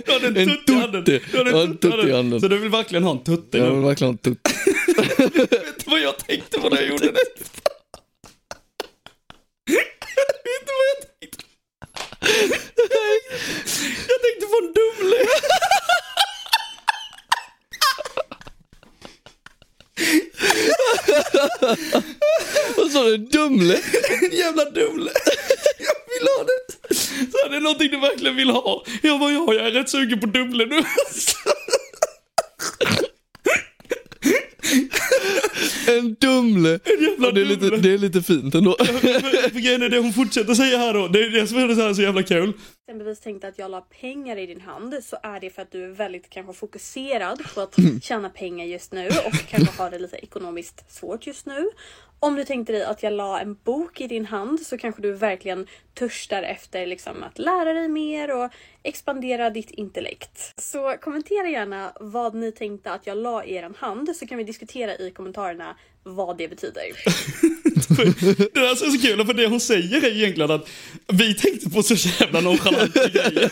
[SPEAKER 1] Du hade en tutte i handen.
[SPEAKER 2] tutte.
[SPEAKER 1] Du hade
[SPEAKER 2] Jag har en tutte i handen.
[SPEAKER 1] Så du vill verkligen ha en tutte
[SPEAKER 2] Jag
[SPEAKER 1] nu?
[SPEAKER 2] vill verkligen ha en tutte.
[SPEAKER 1] Vet du vad jag tänkte på när jag gjorde det? Vet du vad jag tänkte? Jag tänkte på en Dumle.
[SPEAKER 2] Vad sa du? Dumle?
[SPEAKER 1] En jävla Dumle. <laughs> Jag vill ha det. Så här, det är någonting du verkligen vill ha. Jag bara, ja, jag är rätt sugen på Dumle nu.
[SPEAKER 2] En dumle.
[SPEAKER 1] jävla
[SPEAKER 2] Ja, det, är lite,
[SPEAKER 1] dumle.
[SPEAKER 2] det är lite fint ändå.
[SPEAKER 1] För- för Grejen är det hon fortsätter säga här då. Det är det som är så, här så jävla kul.
[SPEAKER 5] exempelvis tänkte att jag la pengar i din hand så är det för att du är väldigt kanske fokuserad på att tjäna pengar just nu och kanske har det lite ekonomiskt svårt just nu. Om du tänkte dig att jag la en bok i din hand så kanske du verkligen törstar efter liksom att lära dig mer och expandera ditt intellekt. Så kommentera gärna vad ni tänkte att jag la i er hand så kan vi diskutera i kommentarerna vad det betyder.
[SPEAKER 1] För Det där som är så kul, för det hon säger är egentligen att vi tänkte på så jävla nonchalanta grejer.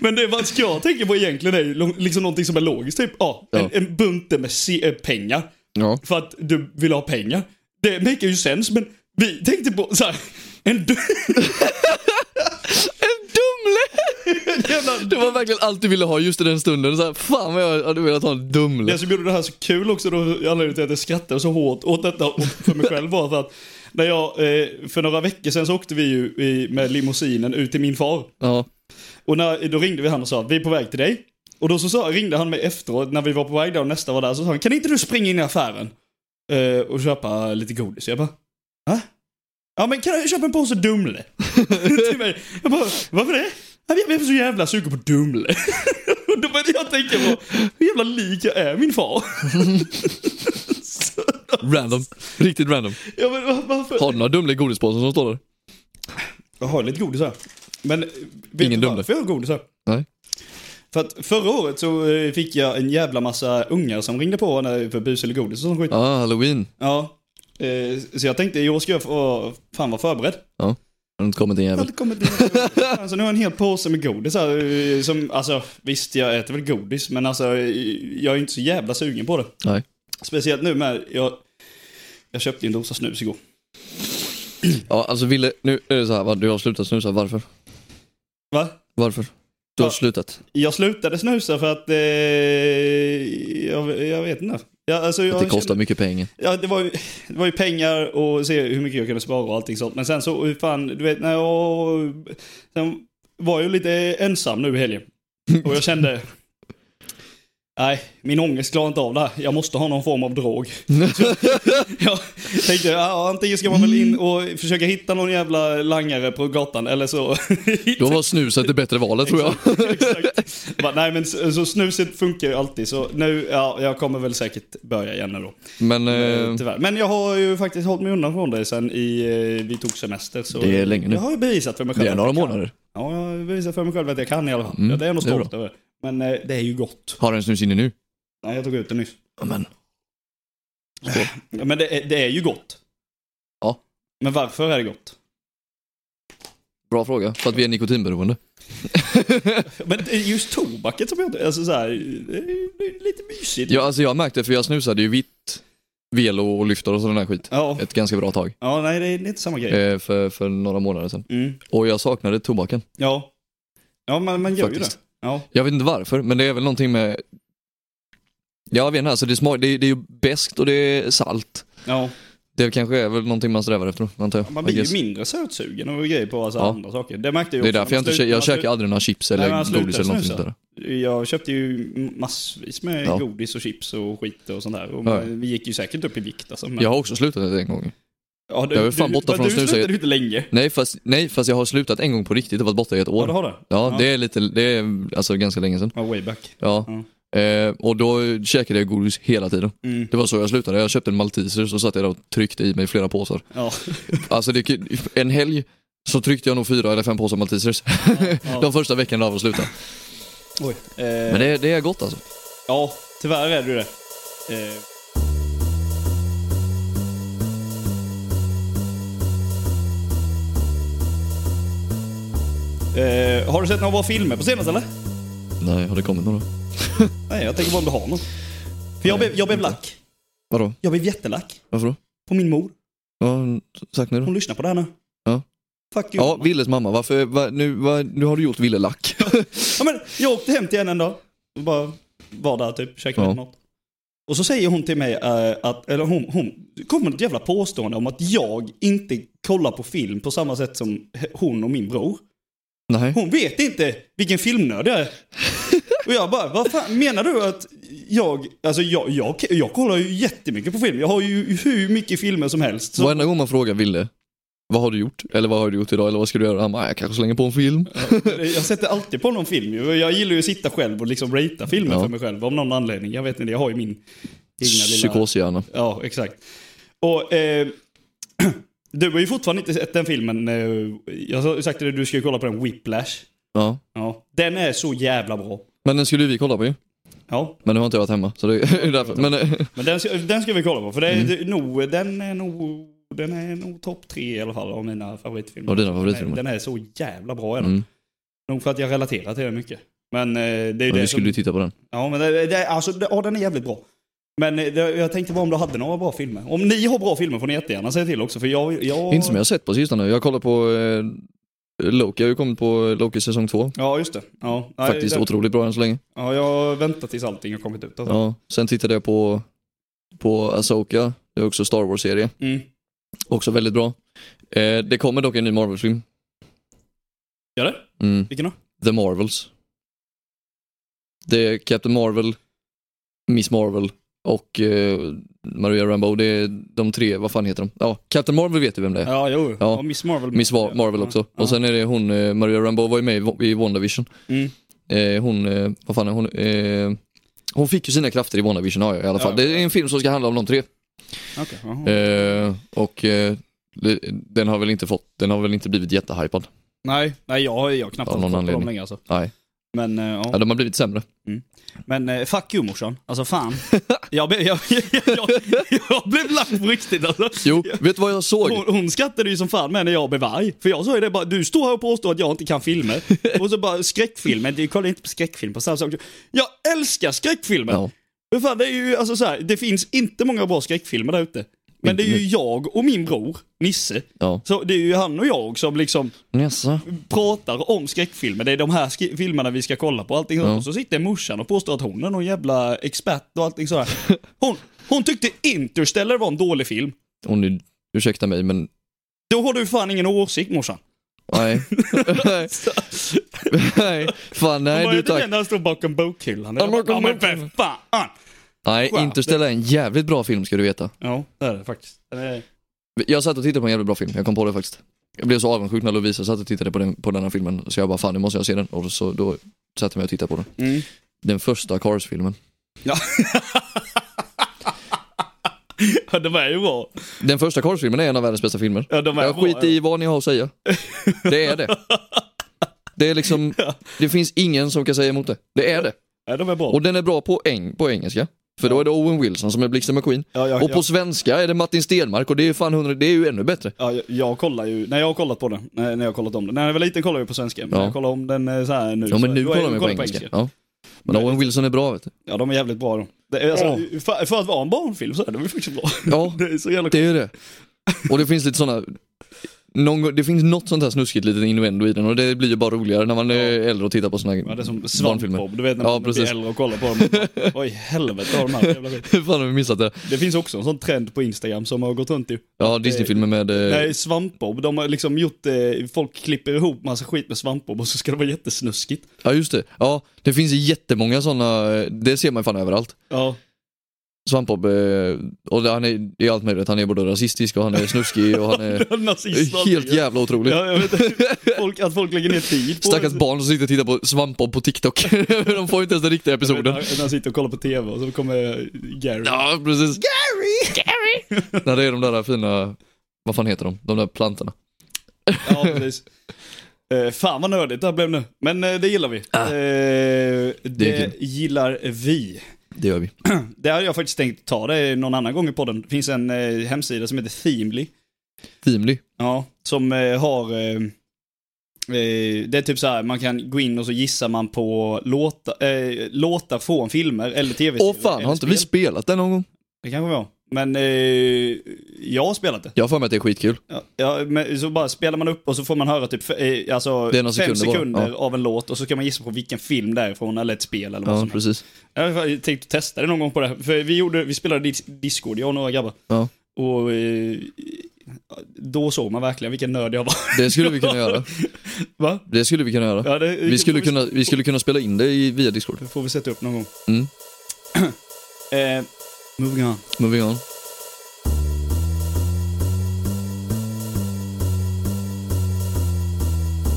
[SPEAKER 1] Men det vad jag tänker på egentligen är ju lo- liksom någonting som är logiskt, typ ja, en,
[SPEAKER 2] Ja.
[SPEAKER 1] en bunte med se- eh, pengar.
[SPEAKER 2] Ja.
[SPEAKER 1] För att du vill ha pengar. Det make ju sens, men vi tänkte på så här, en du- <laughs>
[SPEAKER 2] En dumle! Det var verkligen allt du ville ha just i den stunden. Så här, fan vad jag hade velat ha en
[SPEAKER 1] Det
[SPEAKER 2] dumle.
[SPEAKER 1] som gjorde det här så kul också, då, anledningen till att jag skrattade så hårt åt detta och för mig själv var för att när jag, eh, för några veckor sedan så åkte vi ju i, med limousinen ut till min far.
[SPEAKER 2] Ja.
[SPEAKER 1] Och när, då ringde vi han och sa vi är på väg till dig. Och då så sa, ringde han mig efteråt när vi var på väg där och nästa var där så sa han kan inte du springa in i affären eh, och köpa lite godis? Jag bara va? Ja men kan jag köpa en påse Dumle? <laughs> till mig. Jag bara varför det? "Ja, men Jag är så jävla sugen på Dumle. <laughs> och då började jag tänka på hur jävla lik jag är min far. så,
[SPEAKER 2] Random. Riktigt random.
[SPEAKER 1] ja, men var- varför?
[SPEAKER 2] Har du några dumle i godispåsen som står där?
[SPEAKER 1] Jag har lite godis här. Men vet Ingen
[SPEAKER 2] Ingen
[SPEAKER 1] du
[SPEAKER 2] dum
[SPEAKER 1] varför jag har godis här?
[SPEAKER 2] Nej.
[SPEAKER 1] För att förra året så eh, fick jag en jävla massa ungar som ringde på när- för bus eller godis och sånt skit. Ja.
[SPEAKER 2] Ah, halloween.
[SPEAKER 1] Eh, Så jag tänkte i år ska jag få, fan vara förberedd.
[SPEAKER 2] Har du inte kommit en
[SPEAKER 1] Jag har
[SPEAKER 2] jävel?
[SPEAKER 1] inte kommit in. alltså, nu har jag en hel påse med godis här. eh, Som, alltså, visst, jag äter väl godis, men alltså, eh, jag är inte så jävla sugen på det.
[SPEAKER 2] Nej.
[SPEAKER 1] Speciellt nu med, jag, jag köpte ju en dosa snus igår.
[SPEAKER 2] Ja, alltså Ville, nu är det så här, va, du har slutat snusa, varför?
[SPEAKER 1] Va?
[SPEAKER 2] Varför? Du har
[SPEAKER 1] Ja.
[SPEAKER 2] slutat.
[SPEAKER 1] Jag slutade snusa för att eh, jag, jag vet inte. Jag, alltså, jag
[SPEAKER 2] Att det kostar mycket pengar.
[SPEAKER 1] Ja, det var, ju, det var ju pengar och se hur mycket jag kunde spara och allting sånt. Men sen så, hur fan, du vet, när jag... Sen var jag ju lite ensam nu i
[SPEAKER 2] <laughs>
[SPEAKER 1] helgen. Och jag kände... Nej, min ångest klarar inte av det här. Jag måste ha någon form av
[SPEAKER 2] <laughs>
[SPEAKER 1] drog. Så jag tänkte, ja, antingen ska man väl in och försöka hitta någon jävla langare på gatan eller
[SPEAKER 2] <laughs>
[SPEAKER 1] så...
[SPEAKER 2] Då var snuset det bättre valet tror jag.
[SPEAKER 1] <laughs> Exakt. Jag bara, Nej men så, så snuset funkar ju alltid så nu, ja, jag kommer väl säkert börja igen nu då.
[SPEAKER 2] Men
[SPEAKER 1] Eh,
[SPEAKER 2] eh,
[SPEAKER 1] Tyvärr. Men jag har ju faktiskt hållit mig undan från det sen i, eh, vi tog semester. Så
[SPEAKER 2] Det är länge nu.
[SPEAKER 1] Jag har ju bevisat för mig själv.
[SPEAKER 2] det är
[SPEAKER 1] att
[SPEAKER 2] några
[SPEAKER 1] jag kan.
[SPEAKER 2] månader.
[SPEAKER 1] Ja, jag har bevisat för mig själv att jag kan i alla fall.
[SPEAKER 2] Mm,
[SPEAKER 1] Ja, det är jag nog
[SPEAKER 2] det är
[SPEAKER 1] stolt över. Men eh, det är ju gott.
[SPEAKER 2] Har du en snus inne nu?
[SPEAKER 1] Nej, jag tog ut det nyss.
[SPEAKER 2] Amen.
[SPEAKER 1] Ja, men det är, det är ju gott.
[SPEAKER 2] Ja.
[SPEAKER 1] Men varför är det gott?
[SPEAKER 2] Bra fråga, för att vi är nikotinberoende.
[SPEAKER 1] Men det är just tobaket som jag inte- alltså så här, det är, det är lite mysigt.
[SPEAKER 2] Ja, alltså jag har märkt det för jag snusade ju vitt, velo och lyftar och sån där skit.
[SPEAKER 1] Ja,
[SPEAKER 2] Ett ganska bra tag.
[SPEAKER 1] ja nej det är inte samma grej.
[SPEAKER 2] Eh, för, för några månader sedan.
[SPEAKER 1] Mm.
[SPEAKER 2] Och jag saknade tobaken.
[SPEAKER 1] Ja. Ja, man, man gör
[SPEAKER 2] Faktiskt.
[SPEAKER 1] ju det. Ja.
[SPEAKER 2] Jag vet inte varför, men det är väl någonting med... Jag vet inte, alltså det, är smak... det, är- det är ju beskt och det är salt.
[SPEAKER 1] ja.
[SPEAKER 2] Det kanske är väl någonting man strävar efter, antar jag.
[SPEAKER 1] Man
[SPEAKER 2] I
[SPEAKER 1] blir
[SPEAKER 2] guess.
[SPEAKER 1] ju mindre sötsugen och grejer på alltså
[SPEAKER 2] Ja.
[SPEAKER 1] andra saker. Det märkte jag ju
[SPEAKER 2] det är därför jag inte
[SPEAKER 1] också.
[SPEAKER 2] kä- jag
[SPEAKER 1] Man slu-
[SPEAKER 2] käkar aldrig några chips
[SPEAKER 1] Nej,
[SPEAKER 2] eller
[SPEAKER 1] men man slutar
[SPEAKER 2] godis eller någonting
[SPEAKER 1] snusa.
[SPEAKER 2] sånt där.
[SPEAKER 1] Jag köpte ju massvis med
[SPEAKER 2] Ja.
[SPEAKER 1] godis och chips och skit och sånt där. Och
[SPEAKER 2] Ja.
[SPEAKER 1] Vi gick ju säkert upp i vikt alltså. Men,
[SPEAKER 2] Jag har också slutat det en gång.
[SPEAKER 1] ja, du,
[SPEAKER 2] jag är fan borta
[SPEAKER 1] men
[SPEAKER 2] från
[SPEAKER 1] Du
[SPEAKER 2] snuset.
[SPEAKER 1] slutade ju inte länge.
[SPEAKER 2] Nej fast, nej, fast jag har slutat en gång på riktigt och varit borta i ett
[SPEAKER 1] Ja, du
[SPEAKER 2] år.
[SPEAKER 1] har det?
[SPEAKER 2] Ja, det är lite, det är alltså ganska länge sedan.
[SPEAKER 1] Ja, way back.
[SPEAKER 2] Ja.
[SPEAKER 1] Ja.
[SPEAKER 2] Eh, och då käkade jag godis hela tiden.
[SPEAKER 1] Mm.
[SPEAKER 2] Det var så jag slutade. Jag köpte en malteser så satt jag där och tryckte i mig flera påsar.
[SPEAKER 1] Ja.
[SPEAKER 2] Alltså det, en helg så tryckte jag nog fyra eller fem påsar maltesers. <laughs> De första veckorna av att sluta.
[SPEAKER 1] Oj. Eh,
[SPEAKER 2] Men det, det är gott alltså.
[SPEAKER 1] Ja, tyvärr är det ju det. Eh, Eh, har du sett några bra filmer på senaste eller?
[SPEAKER 2] Nej, har det kommit några?
[SPEAKER 1] Nej, jag tänker bara om du har någon. För jag blev, jag blev lack.
[SPEAKER 2] Vadå?
[SPEAKER 1] Jag blev jättelack.
[SPEAKER 2] Varför då?
[SPEAKER 1] På min mor.
[SPEAKER 2] Ja, sagt nu
[SPEAKER 1] Hon
[SPEAKER 2] då.
[SPEAKER 1] lyssnar på det här nu.
[SPEAKER 2] Ja.
[SPEAKER 1] Fuck you.
[SPEAKER 2] Ja,
[SPEAKER 1] Ja,
[SPEAKER 2] Villes mamma. Varför, va, nu, va, nu har du gjort Ville lack. <laughs>
[SPEAKER 1] men jag åkte hem till henne en dag. Och bara var där typ, käkade
[SPEAKER 2] Ja.
[SPEAKER 1] lite något. Och så säger hon till mig eh, att, eller hon, hon kommer med ett jävla påstående om att jag inte kollar på film på samma sätt som hon och min bror.
[SPEAKER 2] Nej.
[SPEAKER 1] Hon vet inte vilken filmnörd jag är. Och jag bara, vad fan menar du att jag, alltså jag, jag, jag kollar ju jättemycket på film. Jag har ju hur mycket filmer som helst. Så,
[SPEAKER 2] Varenda gång man frågar Ville, vad har du gjort? Eller vad har du gjort idag? Eller vad ska du göra? Han bara, jag kanske slänger på en film.
[SPEAKER 1] jag sätter alltid på någon film ju. Jag gillar ju att sitta själv och liksom ratea filmer
[SPEAKER 2] Ja.
[SPEAKER 1] för mig själv av någon anledning. Jag vet inte, jag har ju min egna lilla...
[SPEAKER 2] Psykoshjärna.
[SPEAKER 1] Ja, exakt. Och eh, <clears throat> du har ju fortfarande inte sett den filmen. eh, Jag har sagt till dig, du ska ju kolla på den, Whiplash.
[SPEAKER 2] Ja.
[SPEAKER 1] Ja, den är så jävla bra.
[SPEAKER 2] Men den skulle ju vi kolla på ju.
[SPEAKER 1] Ja,
[SPEAKER 2] Men nu har inte jag varit hemma. Så det är <laughs> därför. Men, eh,
[SPEAKER 1] Men den, ska- den ska vi kolla på, för det
[SPEAKER 2] Mm.
[SPEAKER 1] är, det, är nog, den är nog, den är nog topp tre i alla fall av mina favoritfilmer.
[SPEAKER 2] Av dina
[SPEAKER 1] Den,
[SPEAKER 2] favoritfilmer.
[SPEAKER 1] den är så jävla bra är den.
[SPEAKER 2] mm.
[SPEAKER 1] Nog för att jag relaterar till den mycket. Men eh, det är ju
[SPEAKER 2] Men
[SPEAKER 1] det
[SPEAKER 2] vi skulle ju
[SPEAKER 1] som,
[SPEAKER 2] titta på den.
[SPEAKER 1] Ja, men det, det, alltså, det, ja, den är jävligt bra. Men eh, det, jag tänkte bara om du hade några bra filmer. Om ni har bra filmer får ni jättegärna säga till också, för jag... jag
[SPEAKER 2] Inte som jag har sett på sistone. Jag kollar på eh, Loki. Jag har ju kommit på Loki säsong två.
[SPEAKER 1] Ja, just det. Ja, nej,
[SPEAKER 2] Faktiskt
[SPEAKER 1] den,
[SPEAKER 2] otroligt bra än så länge.
[SPEAKER 1] ja, jag väntar tills allting har kommit ut. Alltså.
[SPEAKER 2] Ja. Sen tittade jag på, på Asoka. Det är också Star Wars-serie.
[SPEAKER 1] Mm.
[SPEAKER 2] Också väldigt bra. Eh, det kommer dock en ny Marvel-film.
[SPEAKER 1] Gör det?
[SPEAKER 2] Mm.
[SPEAKER 1] Vilken då?
[SPEAKER 2] The Marvels. Det är Captain Marvel, Miss Marvel och eh, Maria Rambeau. Det är de tre, vad fan heter de? Ja, Captain Marvel vet du vem det är.
[SPEAKER 1] Ja, jo.
[SPEAKER 2] Ja.
[SPEAKER 1] Ja, Miss Marvel.
[SPEAKER 2] Miss Va- Marvel också.
[SPEAKER 1] Ja.
[SPEAKER 2] Och sen är det hon, eh, Maria Rambeau var ju med i Wa- i WandaVision.
[SPEAKER 1] Mm.
[SPEAKER 2] Eh, hon, eh, vad fan är hon? Eh, hon fick ju sina krafter i WandaVision har jag i alla fall.
[SPEAKER 1] Ja.
[SPEAKER 2] Det är en film som ska handla om de tre.
[SPEAKER 1] Okej, jaha.
[SPEAKER 2] Eh, och eh, det- den har väl inte fått, den har väl inte blivit jättehypad.
[SPEAKER 1] Nej, nej jag, har- jag har knappt
[SPEAKER 2] Av
[SPEAKER 1] haft
[SPEAKER 2] någon
[SPEAKER 1] koll på dem
[SPEAKER 2] anledning.
[SPEAKER 1] länge alltså.
[SPEAKER 2] Nej,
[SPEAKER 1] Men, eh, ja.
[SPEAKER 2] ja, de har blivit sämre.
[SPEAKER 1] Men eh, fuck you morsan. Alltså
[SPEAKER 2] <laughs>
[SPEAKER 1] fan. jag, blev- jag, jag, jag, jag blev lack på riktigt alltså.
[SPEAKER 2] Jo, vet du vad jag såg?
[SPEAKER 1] Hon, hon skrattade ju som fan med när jag blev arg. För jag sa ju det bara, du står här och påstår att jag inte kan
[SPEAKER 2] <laughs>
[SPEAKER 1] filmer. Och så bara skräckfilmer, du kollar inte på skräckfilm på samma sak. Jag älskar skräckfilmer!
[SPEAKER 2] Ja.
[SPEAKER 1] För fan, det är ju alltså så här, det finns inte många bra skräckfilmer där ute. Men det är
[SPEAKER 2] Mm.
[SPEAKER 1] ju jag och min bror, Nisse.
[SPEAKER 2] Ja.
[SPEAKER 1] Så det är ju han och jag som liksom
[SPEAKER 2] Jaså?
[SPEAKER 1] pratar om skräckfilmer, det är de här skri- filmerna vi ska kolla på allting sånt.
[SPEAKER 2] Ja.
[SPEAKER 1] Och så sitter morsan och påstår att hon är någon jävla expert och allting
[SPEAKER 2] <laughs>
[SPEAKER 1] sådär. Hon, hon tyckte Interstellar var en dålig film.
[SPEAKER 2] Och nu, ursäkta mig men,
[SPEAKER 1] Då har du fan ingen åsikt morsan.
[SPEAKER 2] nej.
[SPEAKER 1] <laughs>
[SPEAKER 2] nej. nej, fan <laughs> nej
[SPEAKER 1] Vad
[SPEAKER 2] du
[SPEAKER 1] är det
[SPEAKER 2] tack.
[SPEAKER 1] när han står bakom bokhyllan?
[SPEAKER 2] Ja, bakom
[SPEAKER 1] Ja men
[SPEAKER 2] bokhyllan.
[SPEAKER 1] för fan!
[SPEAKER 2] Nej, Interstellar är en jävligt bra film ska du veta.
[SPEAKER 1] Ja, det är det
[SPEAKER 2] <laughs>
[SPEAKER 1] faktiskt. Det är-
[SPEAKER 2] Jag satt och tittade på en jävligt bra film, jag kom på det faktiskt. Jag blev så avundsjuk när Lovisa satt och tittade på den, på den här filmen, så jag bara fan nu måste jag se den. Och så då satte jag mig och tittade på den.
[SPEAKER 1] Mm.
[SPEAKER 2] Den första Cars-filmen.
[SPEAKER 1] Ja, de är ju bra.
[SPEAKER 2] Den första Cars-filmen är en av världens bästa filmer.
[SPEAKER 1] Ja, de är
[SPEAKER 2] Jag
[SPEAKER 1] bra,
[SPEAKER 2] skiter i vad ni har att säga. Det är det. Det
[SPEAKER 1] <laughs>
[SPEAKER 2] är liksom, det finns ingen som kan säga emot det. Det är det.
[SPEAKER 1] Ja, de är bra.
[SPEAKER 2] Och den är bra på, eng på engelska. För då är det Owen Wilson som är Blixten McQueen.
[SPEAKER 1] Ja, ja,
[SPEAKER 2] och på
[SPEAKER 1] ja.
[SPEAKER 2] svenska är det Martin Stenmark och det är fan 100, det är ju ännu bättre.
[SPEAKER 1] Ja, jag, jag kollar ju, när jag har kollat på den, när när jag har kollat om den. När jag var liten kollade jag på svenska, men
[SPEAKER 2] Ja.
[SPEAKER 1] jag kollar om den eh, så här nu.
[SPEAKER 2] Ja men
[SPEAKER 1] så-
[SPEAKER 2] nu
[SPEAKER 1] då är-
[SPEAKER 2] kollar
[SPEAKER 1] då
[SPEAKER 2] man på engelska. Ja. Men
[SPEAKER 1] Nej,
[SPEAKER 2] Owen Wilson är bra vet du.
[SPEAKER 1] Ja, de är jävligt bra de. Det är, alltså, för, för att vara en barnfilm så är de ju faktiskt bra.
[SPEAKER 2] Ja,
[SPEAKER 1] Det är så jävla
[SPEAKER 2] det är ju det. Och det finns lite sådana, någon, gång- det finns något sånt här snuskigt litet innuendo i den och det blir ju bara roligare när man är äldre och tittar på sådana
[SPEAKER 1] Ja, det är som
[SPEAKER 2] barnfilmer.
[SPEAKER 1] svampbob, du vet när man
[SPEAKER 2] Ja,
[SPEAKER 1] blir
[SPEAKER 2] precis.
[SPEAKER 1] äldre och kollar på dem.
[SPEAKER 2] <laughs>
[SPEAKER 1] och bara, Oj, helvete har de här jävla skit.
[SPEAKER 2] Hur <laughs> fan har vi missat det?
[SPEAKER 1] Det finns också en sån trend på Instagram som har gått runt ju.
[SPEAKER 2] Ja, Disney-filmer med... eh,
[SPEAKER 1] Nej, svampbob. De har liksom gjort, eh, folk klipper ihop massa skit med svampbob och så ska det vara jättesnuskigt.
[SPEAKER 2] Ja just det. Ja, det finns jättemånga sådana, det ser man fan överallt.
[SPEAKER 1] Ja.
[SPEAKER 2] Svampbob, eh, och han är, det är allt möjligt, han är både rasistisk och han är snuskig och
[SPEAKER 1] <laughs>
[SPEAKER 2] han är
[SPEAKER 1] Nazist,
[SPEAKER 2] helt jävla otrolig.
[SPEAKER 1] Ja, jag vet inte. folk, Att folk lägger ner tid på
[SPEAKER 2] Stackars barn som sitter och tittar på Svampbob på TikTok. <laughs> De får ju inte ens den riktiga episoden.
[SPEAKER 1] När han sitter och kollar på TV och så kommer Gary.
[SPEAKER 2] Ja, precis. Gary! Gary! <laughs> Nej, det är de där fina, vad fan heter de? De där plantorna.
[SPEAKER 1] Ja, precis. Eh, fan vad nördigt det här blev nu. Men eh, det gillar vi. Eh, det
[SPEAKER 2] kul.
[SPEAKER 1] gillar vi.
[SPEAKER 2] Det gör vi.
[SPEAKER 1] Det hade jag faktiskt tänkt ta det någon annan gång i podden. Det finns en eh, hemsida som heter Themely.
[SPEAKER 2] Timely.
[SPEAKER 1] Ja, som eh, har... Eh, eh, det är typ så här, man kan gå in och så gissar man på låta, eh, låtar från filmer eller tv-serier.
[SPEAKER 2] Åh fan,
[SPEAKER 1] eller
[SPEAKER 2] har inte
[SPEAKER 1] spel.
[SPEAKER 2] vi spelat den någon gång?
[SPEAKER 1] Det kanske vi har. Men eh, jag har spelat det.
[SPEAKER 2] Jag har för mig att det är skitkul.
[SPEAKER 1] Ja, ja, men så bara spelar man upp och så får man höra typ eh, alltså,
[SPEAKER 2] Det är några
[SPEAKER 1] fem
[SPEAKER 2] sekunder bara,
[SPEAKER 1] sekunder
[SPEAKER 2] ja.
[SPEAKER 1] av en låt och så kan man gissa på vilken film det är ifrån eller ett spel eller vad
[SPEAKER 2] Ja,
[SPEAKER 1] som helst.
[SPEAKER 2] precis.
[SPEAKER 1] Jag har tänkt testa det någon gång på det här. För vi, gjorde, vi spelade dis- Discord, jag och några grabbar.
[SPEAKER 2] Ja.
[SPEAKER 1] Och eh, då såg man verkligen vilken nörd jag var. <laughs>
[SPEAKER 2] Det skulle vi kunna göra.
[SPEAKER 1] Va?
[SPEAKER 2] Det skulle vi kunna göra.
[SPEAKER 1] Ja, det,
[SPEAKER 2] Vi skulle,
[SPEAKER 1] får
[SPEAKER 2] kunna, vi skulle kunna spela in det i, via Discord.
[SPEAKER 1] Det får vi sätta upp någon gång.
[SPEAKER 2] Mm.
[SPEAKER 1] eh, moving on.
[SPEAKER 2] Moving on.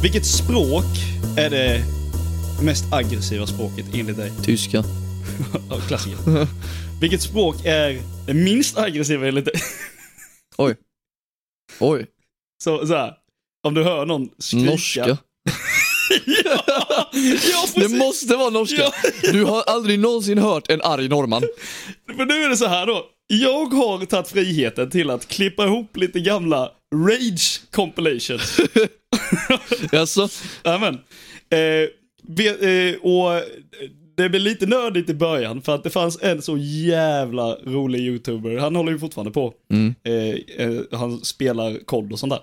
[SPEAKER 1] Vilket språk är det mest aggressiva språket enligt dig? <laughs>
[SPEAKER 2] Tyska.
[SPEAKER 1] Ja,
[SPEAKER 2] <laughs>
[SPEAKER 1] klassiker. Vilket språk är det minst aggressiva enligt dig?
[SPEAKER 2] Oj. Oj.
[SPEAKER 1] Så, så här, om du hör någon skrika. <laughs>
[SPEAKER 2] Norska.
[SPEAKER 1] ja, ja,
[SPEAKER 2] Det
[SPEAKER 1] precis.
[SPEAKER 2] måste vara norska.
[SPEAKER 1] Ja.
[SPEAKER 2] Du har aldrig någonsin hört en arg norrman.
[SPEAKER 1] För nu är det så här då. Jag har tagit friheten till att klippa ihop lite gamla Rage
[SPEAKER 2] <laughs>
[SPEAKER 1] compilations.
[SPEAKER 2] Jaså?
[SPEAKER 1] Amen. Eh, be, eh, och det blev lite nördigt i början för att det fanns en så jävla rolig youtuber. Han håller ju fortfarande på.
[SPEAKER 2] Mm.
[SPEAKER 1] Eh, eh, han spelar kod och sånt där.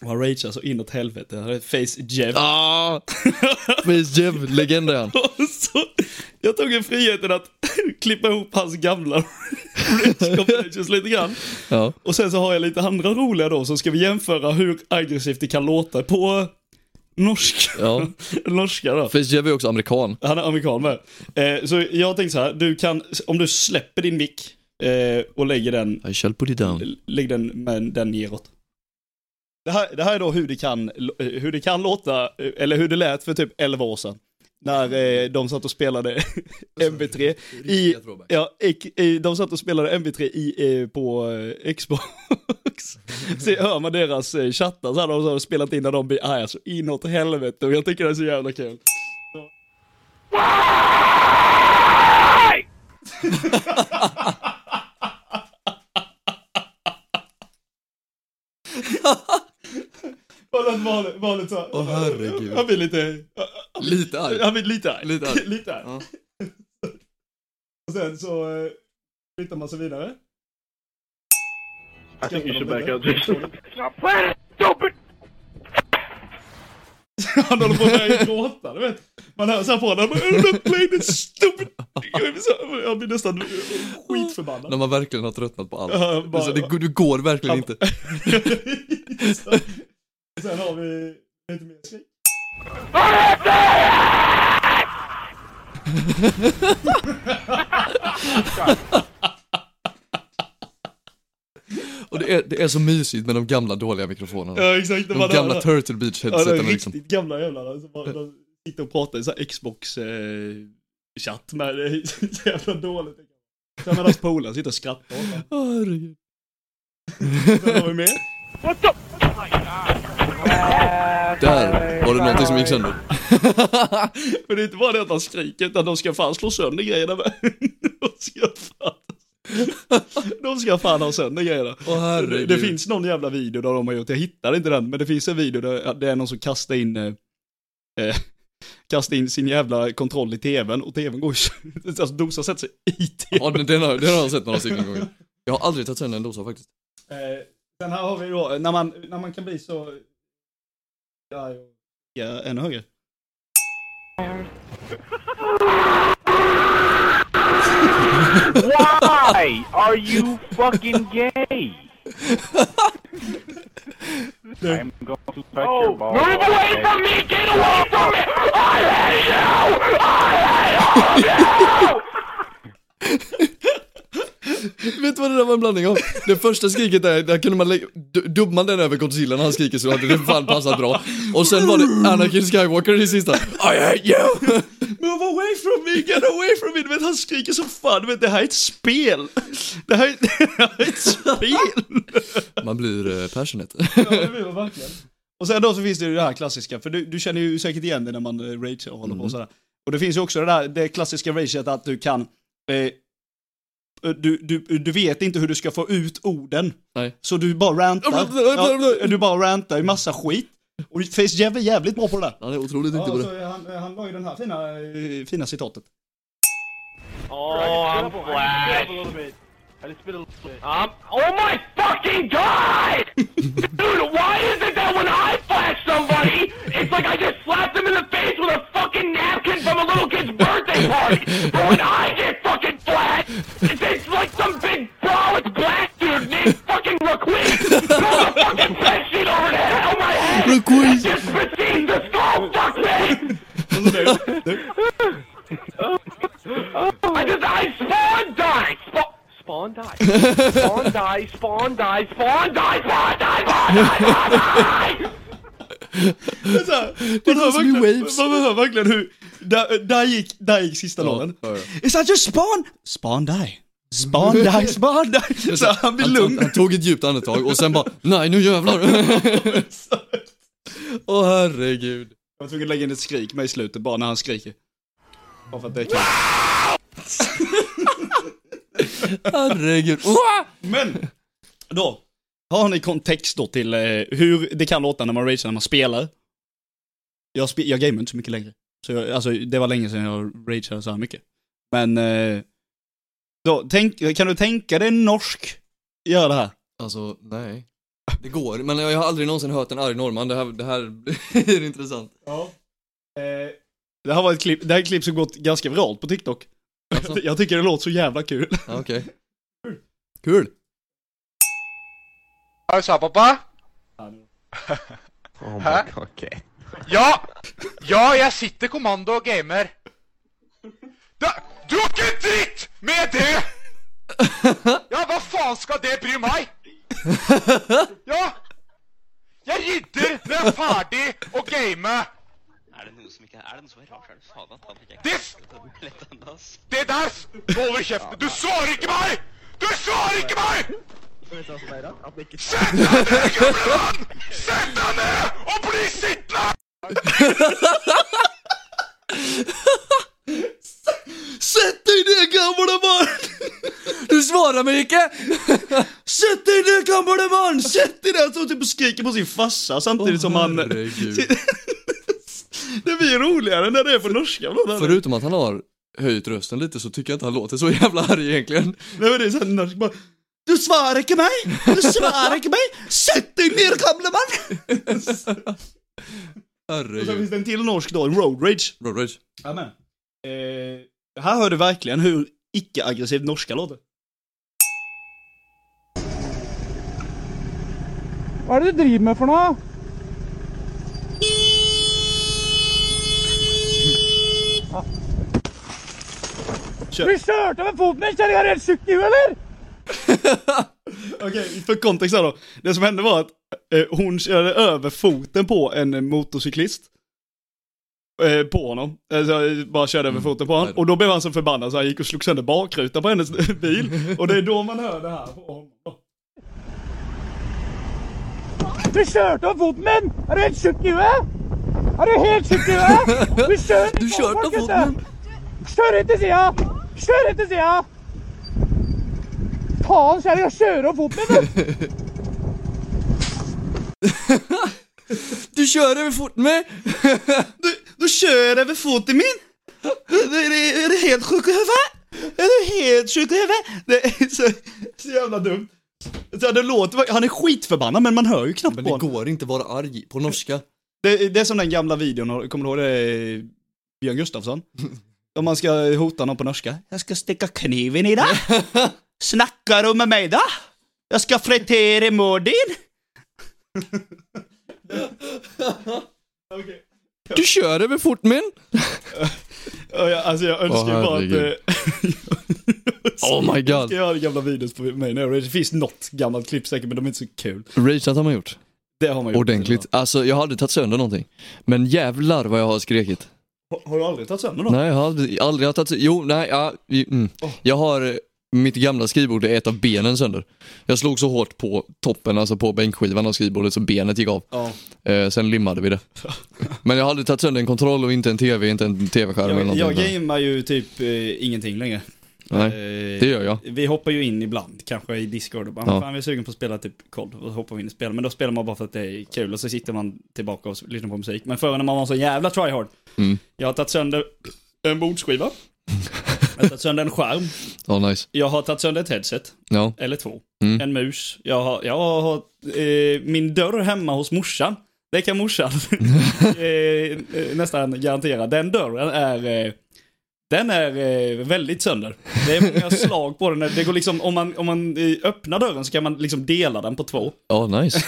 [SPEAKER 1] Och han ragear så inåt helvete. Han är face Jeff.
[SPEAKER 2] Ah!
[SPEAKER 1] <laughs>
[SPEAKER 2] Face Jeff, legend är han.
[SPEAKER 1] Och så, jag tog en friheten att <laughs> klippa ihop hans gamla <laughs> Rage compilations lite grann.
[SPEAKER 2] Ja.
[SPEAKER 1] Och sen så har jag lite andra roliga då, så ska vi jämföra hur aggressivt det kan låta på norska.
[SPEAKER 2] Ja.
[SPEAKER 1] <laughs> norska då.
[SPEAKER 2] Face Jeff är också amerikan.
[SPEAKER 1] Han är amerikan med. Eh, så jag tänkte så här, du kan, om du släpper din mick eh, och lägger den,
[SPEAKER 2] I shall put it down.
[SPEAKER 1] lägg den med den neråt. Det här, det här är då hur det kan, eh, hur det kan låta, eh, eller hur det lät för typ 11 år sedan. När eh, de satt och <laughs> spelade MB3 i, ja, ek- i, de satt och spelade MB3 i, eh, på eh, Xbox. <laughs> Så hör man deras eh, chattar så här, de har spelat in när de blir arga så inåt helvete och jag tycker det är så jävla <laughs> kul. Vanligt, vanligt så här.
[SPEAKER 2] Åh, herregud.
[SPEAKER 1] Han blir lite,
[SPEAKER 2] Lite arg.
[SPEAKER 1] han blir lite arg.
[SPEAKER 2] Lite
[SPEAKER 1] <laughs>
[SPEAKER 2] arg.
[SPEAKER 1] lite arg.
[SPEAKER 2] Ja.
[SPEAKER 1] Och sen så eh, flyttar man sig vidare.
[SPEAKER 4] I think you should back out.
[SPEAKER 1] <laughs> Han håller på att börja gråta, du vet. Man hör såhär på honom, "I'm not playing this stupid... <laughs> Jag blir, så, jag blir nästan
[SPEAKER 2] När
[SPEAKER 1] skitförbannad.
[SPEAKER 2] man verkligen har tröttnat på allt.
[SPEAKER 1] Ja, bara-
[SPEAKER 2] Alltså, det, går- du går verkligen inte.
[SPEAKER 1] <laughs> Sen har vi lite mer skrik.
[SPEAKER 2] Och det är, det är så mysigt med de gamla dåliga mikrofonerna.
[SPEAKER 1] Ja exakt,
[SPEAKER 2] De gamla Turtle Beach
[SPEAKER 1] Ja, de
[SPEAKER 2] headseten
[SPEAKER 1] riktigt
[SPEAKER 2] liksom.
[SPEAKER 1] gamla jävlarna som bara de sitter och pratar i såhär Xbox eh, chatt med det är så jävla dåligt. Sen med hans polare sitter och skrattar åt honom.
[SPEAKER 2] Åh, herregud.
[SPEAKER 1] Sen har vi mer.
[SPEAKER 2] <laughs> Där var det någonting som
[SPEAKER 1] <laughs>
[SPEAKER 2] gick sönder.
[SPEAKER 1] Men det är inte bara det att han skriker, utan de ska fan slå sönder grejerna med. De ska fan... De ska fan ha sönder grejerna.
[SPEAKER 2] Åh, herregud.
[SPEAKER 1] det, det finns någon jävla video där de har gjort, jag hittar inte den, men det finns en video där det är någon som kastar in eh, eh, kastar in sin jävla kontroll i tvn och tvn går ju- alltså dosan sätter sig i tvn.
[SPEAKER 2] Ja, den, den, har, den har jag sett några stycken gånger. Jag har aldrig tagit sönder en dosa faktiskt.
[SPEAKER 1] Eh, sen här har vi då, eh, när man, när man kan bli så... Ja, ja. ja ännu högre.
[SPEAKER 4] Why are you fucking gay? I'm going to touch your balls. Oh, Move away from me! Get away from me! I hate you! I hate
[SPEAKER 2] Vet du vad det där var en blandning av? Det första skriket där, där kunde man lägga, du- dubbade man den över Godzilla när han skriker så hade det fan passat bra. Och sen var det Anakin Skywalker i det sista. I hate you!
[SPEAKER 1] Move away from me, get away from me! Du vet, han skriker som fan. Du vet, det här är ett spel. Det här är, <laughs> det här är ett spel.
[SPEAKER 2] Man blir eh, passionate.
[SPEAKER 1] Och sen då så finns det ju det här klassiska, för du, du känner ju säkert igen det när man eh, rage och håller på och sådär. Och det finns ju också det där, det klassiska rageet att du kan, eh, du, du, du vet inte hur du ska få ut orden.
[SPEAKER 2] Nej.
[SPEAKER 1] Så du bara rantar. Ja, du bara rantar i massa skit. Och Face Jeff är jävligt bra på det där.
[SPEAKER 2] Han är otroligt duktig på det.
[SPEAKER 1] han, han var ju den här fina, eh, fina citatet.
[SPEAKER 4] Oh, I'm flashed. I'm. Oh my fucking god! Dude, why is it that when I flash somebody, it's like I just slapped them in the face with a fucking napkin from a little kid's birthday party? But when I get fucking flashed, it's, it's like some big brolic black dude named fucking Raquin throws a fucking press sheet over the head on my head.
[SPEAKER 2] Raquin.
[SPEAKER 4] Just between the skull, fuck me! I just I spawn die. Spa- spawn die. Spawn die. Spawn die. Spawn die. Spawn die. Spawn die. Spawn die.
[SPEAKER 2] Det är som i Waves.
[SPEAKER 1] Man hör verkligen hur, där, där, gick, där gick sista
[SPEAKER 2] Ja,
[SPEAKER 1] raden.
[SPEAKER 2] ja, ja.
[SPEAKER 1] Is that just spawn? Spawn die. <laughs> Spawn die, spawn die. Så han blir
[SPEAKER 2] Han,
[SPEAKER 1] lugn.
[SPEAKER 2] han tog ett djupt andetag och sen bara, nej nu jävlar. Åh herregud.
[SPEAKER 1] Jag var tvungen att lägga in ett skrik med i slutet bara när han skriker. Bara för att det är kul.
[SPEAKER 2] Herregud.
[SPEAKER 1] Men! Då. Har ni kontext då till eh, hur det kan låta när man ragear när man spelar? Jag, spe- jag gamer inte så mycket längre. Så jag, alltså, det var länge sedan jag rageade så här mycket. Men... Eh, då, tänk, kan du tänka dig en norsk göra det här?
[SPEAKER 2] Alltså, nej. Det går, men jag har aldrig någonsin hört en arg norrman. Det här, det här <laughs> är intressant.
[SPEAKER 1] Ja. Eh. det här var ett klipp, det här är ett klipp som gått ganska viralt på TikTok.
[SPEAKER 2] Alltså.
[SPEAKER 1] Jag tycker det låter så jävla kul.
[SPEAKER 2] Ja, Okej. Kul.
[SPEAKER 6] Har du så här, pappa?
[SPEAKER 3] Oh
[SPEAKER 6] Huh?
[SPEAKER 3] god, okay.
[SPEAKER 6] Ja! Ja, jag sitter kommando och gamer. Da, du har inte dritt med det! Ja, vad fan ska det bry mig? Ja! Jag rydder när jag är färdig och gamer.
[SPEAKER 7] Er det noe som ikke er det noe som er rart, så er det faen at han ikke er
[SPEAKER 6] Det,
[SPEAKER 7] komplett ennå, ass.
[SPEAKER 6] det där håller käften. Du svarar inte mig! Du svarar inte mig! Sätt dig ner, gubben! Sätt dig ner och bli sittande!
[SPEAKER 2] Sätt dig ner gamla man! Du svarar mig inte!
[SPEAKER 1] Sätt dig ner gamle man! Sätt dig ner! Han står typ och skriker på sin farsa samtidigt som han...
[SPEAKER 2] Herregud.
[SPEAKER 1] <laughs> Det blir roligare när det är på norska. bland annat.
[SPEAKER 2] Förutom att han har höjt rösten lite så tycker jag inte han låter så jävla arg egentligen. <laughs>
[SPEAKER 1] Nej men det är såhär norsk bara... Du svarar inte mig! Du svarar inte mig! Sätt dig ner gamle man! Och sen
[SPEAKER 2] Herregud.
[SPEAKER 1] finns det en till norsk då, en road rage.
[SPEAKER 2] Road rage.
[SPEAKER 1] Jajamän. Eh, här hör du verkligen hur icke-aggressivt norska låter.
[SPEAKER 8] Hva er det du driver med for noe?
[SPEAKER 1] Kjør.
[SPEAKER 8] Du kjørte over foten min, kjerring! Er du helt tjukk i huet, eller?
[SPEAKER 1] Okej, för kontext här då. Det som hände var att eh, hon körde över foten på en eh, motorcyklist. Eh, på honom. Alltså, eh, bara körde
[SPEAKER 2] Mm.
[SPEAKER 1] över foten på honom. Och då blev han så förbannad så han gick och slog sönder bakrutan på hennes <laughs> bil. Och det är då man hör det här <laughs> på honom.
[SPEAKER 8] Du kjørte over foten min! Er du helt tjukk i huet? Er du helt tjukk i huet? Du kjører
[SPEAKER 2] Du
[SPEAKER 8] på
[SPEAKER 2] kjørte
[SPEAKER 8] folk,
[SPEAKER 2] over
[SPEAKER 8] vet
[SPEAKER 2] foten
[SPEAKER 8] du. Kjør ut til sida! Kjør ut til sida! Faen, kjerring, jeg kjører over foten min! du.
[SPEAKER 2] <laughs> Du kör över foten med!
[SPEAKER 1] <laughs> Du, du kör över foten min! Du, du, är, du, är du helt sjuk i huvudet? Är du helt sjuk i huvudet? Det är så, så jävla dumt. Så det låter, han är skitförbannad men man hör ju knappt
[SPEAKER 2] Men
[SPEAKER 1] på
[SPEAKER 2] det
[SPEAKER 1] honom.
[SPEAKER 2] går inte att vara arg på norska.
[SPEAKER 1] Det, det är som den gamla videon, kommer du ihåg det? Björn <laughs> Gustafsson? Om man ska hota någon på norska. Jag ska sticka kniven i <laughs> dig. Snackar du med mig då? Jag ska fritera mordin. Okej,
[SPEAKER 2] Du kör över fort men.
[SPEAKER 1] Ja, jag, alltså jag önskar ju
[SPEAKER 2] Åh,
[SPEAKER 1] bara
[SPEAKER 2] herregud.
[SPEAKER 1] att... eh,
[SPEAKER 2] Oh my
[SPEAKER 1] Ska jag
[SPEAKER 2] god.
[SPEAKER 1] göra gamla videos på mig nu? Det finns något gammalt klipp säkert, men de är inte så kul.
[SPEAKER 2] Rageat har man gjort.
[SPEAKER 1] Det har man gjort.
[SPEAKER 2] Ordentligt. Alltså jag har aldrig tagit sönder någonting. Men jävlar vad jag har skrikit.
[SPEAKER 1] Har, har du aldrig tagit sönder något?
[SPEAKER 2] <laughs> Nej, jag har aldrig, aldrig haft... Jo, nej, ja, i- mm.
[SPEAKER 1] Oh.
[SPEAKER 2] Jag har... eh, Mitt gamla skrivbord är ett av benen sönder. Jag slog så hårt på toppen, alltså på bänkskivan av skrivbordet, så benet gick av.
[SPEAKER 1] Ja.
[SPEAKER 2] Eh, sen limmade
[SPEAKER 1] <laughs>
[SPEAKER 2] vi det. Men jag har aldrig tagit sönder en kontroll och inte en tv, inte en tv-skärm eller
[SPEAKER 1] Jag,
[SPEAKER 2] någonting.
[SPEAKER 1] jag
[SPEAKER 2] sånt.
[SPEAKER 1] gamear ju typ eh, ingenting längre.
[SPEAKER 2] nej,
[SPEAKER 1] Eh,
[SPEAKER 2] det gör jag.
[SPEAKER 1] Vi hoppar ju in ibland, kanske i Discord och bara,
[SPEAKER 2] Ja.
[SPEAKER 1] fan vi är sugen på att spela typ COD. Och så hoppar vi in i spel. Men då spelar man bara för att det är kul och så sitter man tillbaka och lyssnar på musik. Men förr när man var så jävla tryhard.
[SPEAKER 2] Mm.
[SPEAKER 1] Jag har tagit sönder en
[SPEAKER 2] <laughs>
[SPEAKER 1] bordsskiva. jag har tagit sönder en skärm.
[SPEAKER 2] Ja, nice.
[SPEAKER 1] Jag har tagit sönder ett headset.
[SPEAKER 2] Ja.
[SPEAKER 1] Eller två.
[SPEAKER 2] Mm.
[SPEAKER 1] En mus. Jag har, jag har eh, min dörr hemma hos morsan. Det kan morsan <laughs> eh, eh, nästan garantera. Den dörren är, eh, den är eh, väldigt sönder. Det är många slag på den. Det går liksom, om man, om man eh, öppnar dörren så kan man liksom dela den på
[SPEAKER 2] <laughs>
[SPEAKER 1] två.
[SPEAKER 2] Ja,
[SPEAKER 1] <laughs>
[SPEAKER 2] nice.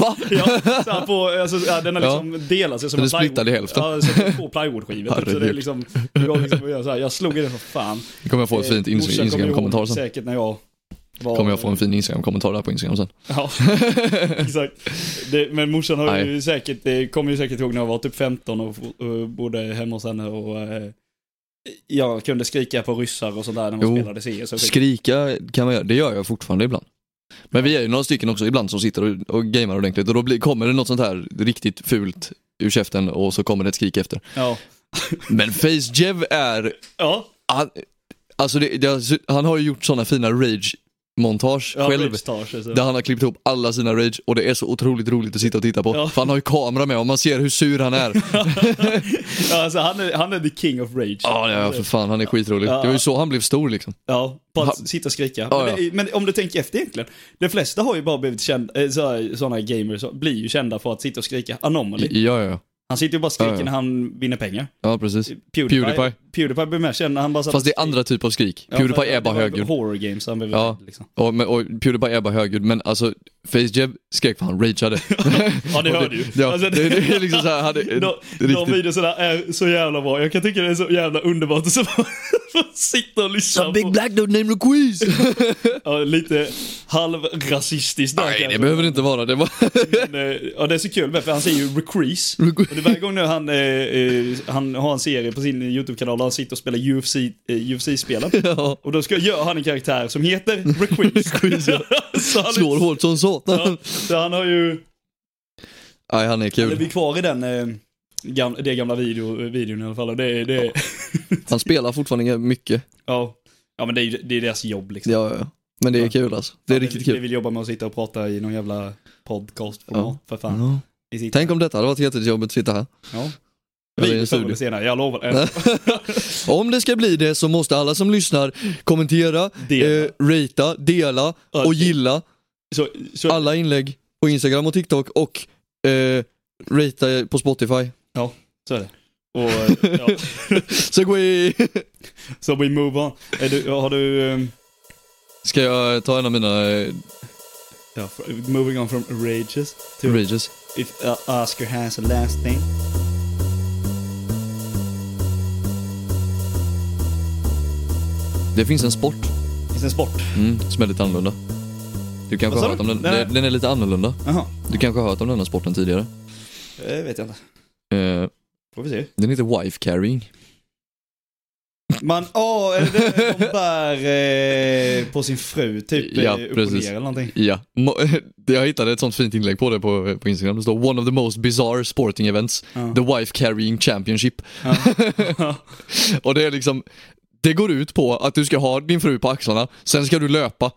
[SPEAKER 2] Va?
[SPEAKER 1] Ja, så här på, alltså, ja, den har
[SPEAKER 2] Ja.
[SPEAKER 1] liksom delat sig som
[SPEAKER 2] Den
[SPEAKER 1] en
[SPEAKER 2] är splittad
[SPEAKER 1] plywood-
[SPEAKER 2] i hälften.
[SPEAKER 1] Ja, så det är två plywoodskivor. typ. så det är
[SPEAKER 2] Herregud.
[SPEAKER 1] liksom, det går liksom att göra så här. Jag slog i den för fan.
[SPEAKER 2] Nu kommer jag få ett fint
[SPEAKER 1] Eh, morsan
[SPEAKER 2] Inst-
[SPEAKER 1] kommer
[SPEAKER 2] Instagram-kommentar
[SPEAKER 1] ihåg
[SPEAKER 2] sen.
[SPEAKER 1] Säkert när jag var...
[SPEAKER 2] Kommer jag få en fin Instagram-kommentar där på Instagram sen.
[SPEAKER 1] Ja, <laughs> exakt. Det, men morsan har ju
[SPEAKER 2] Nej.
[SPEAKER 1] säkert, det kommer ju säkert ihåg när jag var typ 15 och, fo- och bodde hemma hos henne och eh, jag kunde skrika på ryssar och sådär när man
[SPEAKER 2] Jo.
[SPEAKER 1] spelade CS. Och skit.
[SPEAKER 2] Skrika kan man göra, det gör jag fortfarande ibland. Men vi är ju några stycken också ibland som sitter och, och gamer ordentligt och då blir, kommer det något sånt här riktigt fult ur käften och så kommer det ett skrik efter.
[SPEAKER 1] ja.
[SPEAKER 2] Men Face Jev är,
[SPEAKER 1] ja,
[SPEAKER 2] han, alltså det, det, han har ju gjort sådana fina rage-montage
[SPEAKER 1] ja
[SPEAKER 2] själv.
[SPEAKER 1] Rage så.
[SPEAKER 2] Där han har klippt ihop alla sina rage och det är så otroligt roligt att sitta och titta på.
[SPEAKER 1] Ja.
[SPEAKER 2] För han har ju kamera med och man ser hur sur
[SPEAKER 1] <laughs>
[SPEAKER 2] han är.
[SPEAKER 1] Ja, alltså, han, är, han är the king of rage.
[SPEAKER 2] Ja, ja, för fan han är skitrolig.
[SPEAKER 1] Ja.
[SPEAKER 2] Det var ju så han blev stor liksom.
[SPEAKER 1] Ja, på att
[SPEAKER 2] Ha-
[SPEAKER 1] sitta och skrika.
[SPEAKER 2] Ja,
[SPEAKER 1] men, det, är- men om du tänker efter egentligen. De flesta har ju bara blivit eh, kända, sådana gamers så- blir ju kända för att sitta och skrika. Anomaly.
[SPEAKER 2] Ja, ja, ja.
[SPEAKER 1] Han sitter ju bara och skriker
[SPEAKER 2] Ja, ja.
[SPEAKER 1] när han vinner pengar. Typ
[SPEAKER 2] Ja, precis.
[SPEAKER 1] Pewdiepie.
[SPEAKER 2] Pewdiepie.
[SPEAKER 1] Pewdiepie blir mer känd när han bara satt
[SPEAKER 2] Fast det
[SPEAKER 1] och
[SPEAKER 2] är andra typer av skrik.
[SPEAKER 1] Ja,
[SPEAKER 2] Pewdiepie
[SPEAKER 1] för-
[SPEAKER 2] är bara
[SPEAKER 1] det var
[SPEAKER 2] högljudd.
[SPEAKER 1] Horror games han behöver
[SPEAKER 2] Ja.
[SPEAKER 1] liksom.
[SPEAKER 2] Och, men- och Pewdiepie är bara högljudd, men alltså FaceJeb skrek för han <laughs> rageade.
[SPEAKER 1] Ja, det
[SPEAKER 2] Och
[SPEAKER 1] hör du ju.
[SPEAKER 2] Ja,
[SPEAKER 1] Alltså,
[SPEAKER 2] det, det är liksom så här,
[SPEAKER 1] <laughs>
[SPEAKER 2] han <laughs>
[SPEAKER 1] De,
[SPEAKER 2] är,
[SPEAKER 1] de
[SPEAKER 2] riktigt...
[SPEAKER 1] videorna är så jävla bra. Jag kan tycka det är så jävla underbart att så <laughs> bara sitta och lyssna på.
[SPEAKER 2] black dude named <laughs> Louise!
[SPEAKER 1] Ja, lite halvrasistiskt där
[SPEAKER 2] Nej, det
[SPEAKER 1] kanske.
[SPEAKER 2] behöver det inte vara. Det var... <laughs>
[SPEAKER 1] Men, eh, ja, det är så kul med, för han säger ju Recrease. Och det är varje gång nu han, eh, eh, han har en serie på sin YouTube-kanal där han sitter och spelar UFC, eh, UFC-spelen.
[SPEAKER 2] ja.
[SPEAKER 1] Och då ska, gör han en karaktär som heter Recrease.
[SPEAKER 2] Recrease,
[SPEAKER 1] <laughs> så, han,
[SPEAKER 2] Slår hårt som
[SPEAKER 1] ja,
[SPEAKER 2] satan.
[SPEAKER 1] så han har ju...
[SPEAKER 2] Nej, han är
[SPEAKER 1] Eller vi
[SPEAKER 2] kul.
[SPEAKER 1] är kvar i den, eh, gamla, det gamla video, videon i alla fall. Och Det, det,
[SPEAKER 2] Han spelar fortfarande mycket.
[SPEAKER 1] ja. ja, men det är, ju- det är deras jobb liksom.
[SPEAKER 2] Ja, ja. Men det är kul alltså. Det är riktigt
[SPEAKER 1] Vi
[SPEAKER 2] kul.
[SPEAKER 1] vill jobba med att sitta och prata i någon jävla podcastformat för fan.
[SPEAKER 2] Ja.
[SPEAKER 1] Vi sitter-
[SPEAKER 2] Tänk om detta hade varit jättejobbigt att sitta här.
[SPEAKER 1] Ja.
[SPEAKER 2] Eller i
[SPEAKER 1] Vi
[SPEAKER 2] en
[SPEAKER 1] förr eller
[SPEAKER 2] studio.
[SPEAKER 1] senare, jag lovar. Eh,
[SPEAKER 2] Om det ska bli det så måste alla som lyssnar kommentera,
[SPEAKER 1] Dela.
[SPEAKER 2] eh, ratea, dela
[SPEAKER 1] Ja,
[SPEAKER 2] och gilla
[SPEAKER 1] Så, så,
[SPEAKER 2] alla inlägg på Instagram och TikTok och eh, ratea på Spotify.
[SPEAKER 1] ja, så är det. Och, eh,
[SPEAKER 2] <laughs>
[SPEAKER 1] ja.
[SPEAKER 2] Så går vi...
[SPEAKER 1] Så we move on. Är du, har du... ehm,
[SPEAKER 2] <laughs> Ska jag ta en av mina eh,
[SPEAKER 1] Ja, fr- moving on from rages to
[SPEAKER 2] rages?
[SPEAKER 1] if uh, Oscar has a last thing.
[SPEAKER 2] Det finns en sport
[SPEAKER 1] Finns det en sport?
[SPEAKER 2] mm, som är lite annorlunda. Du kanske
[SPEAKER 1] Vad sa
[SPEAKER 2] har hört
[SPEAKER 1] du?
[SPEAKER 2] om den?
[SPEAKER 1] Nej, nej.
[SPEAKER 2] Den den är lite annorlunda.
[SPEAKER 1] Jaha,
[SPEAKER 2] Du kanske har hört om denna sporten tidigare.
[SPEAKER 1] det vet jag inte.
[SPEAKER 2] Eh,
[SPEAKER 1] Får vi se.
[SPEAKER 2] den heter wife carrying.
[SPEAKER 1] Man, åh, är det det de bär eh, på sin fru? Typ eh,
[SPEAKER 2] Ja,
[SPEAKER 1] upp och
[SPEAKER 2] precis.
[SPEAKER 1] ner eller någonting?
[SPEAKER 2] Ja, Mo- <laughs> jag hittade ett sånt fint inlägg på det på, på Instagram. Det står “One of the most bizarre sporting events,
[SPEAKER 1] Ja.
[SPEAKER 2] the wife carrying championship”. <laughs> och det är liksom, det går ut på att du ska ha din fru på axlarna, sen ska du löpa.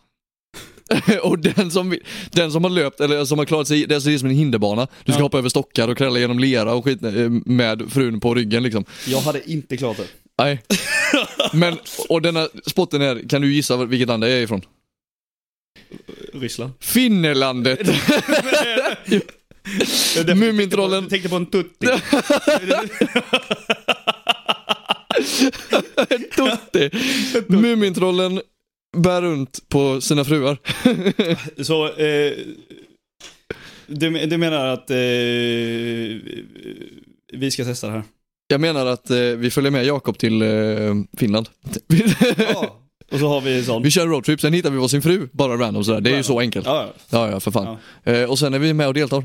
[SPEAKER 2] <laughs> och den som, vill- den som har löpt, eller som har klarat sig, det är så- det är som en hinderbana. Du ska
[SPEAKER 1] Ja.
[SPEAKER 2] hoppa över stockar och krälla genom lera och skit eh, med frun på ryggen liksom.
[SPEAKER 1] Jag hade inte klarat det. <laughs>
[SPEAKER 2] Nej. Men, och denna spotten är, kan du gissa vilket land det är ifrån?
[SPEAKER 1] Ryssland.
[SPEAKER 2] Finnelandet! Mumintrollen.
[SPEAKER 1] Jag tänkte på en tutti.
[SPEAKER 2] Tutti! Mumintrollen bär runt på sina fruar.
[SPEAKER 1] Så, eh, du, du menar att eh, Vi ska testa det här.
[SPEAKER 2] Jag menar att eh, vi följer med Jakob till eh, Finland.
[SPEAKER 1] Och så har vi en sån.
[SPEAKER 2] vi kör en roadtrip, sen hittar vi varsin fru, bara random sådär. Det är ju så enkelt. Ja,
[SPEAKER 1] Ja,
[SPEAKER 2] ja, för fan. Eh, och sen är vi med och deltar.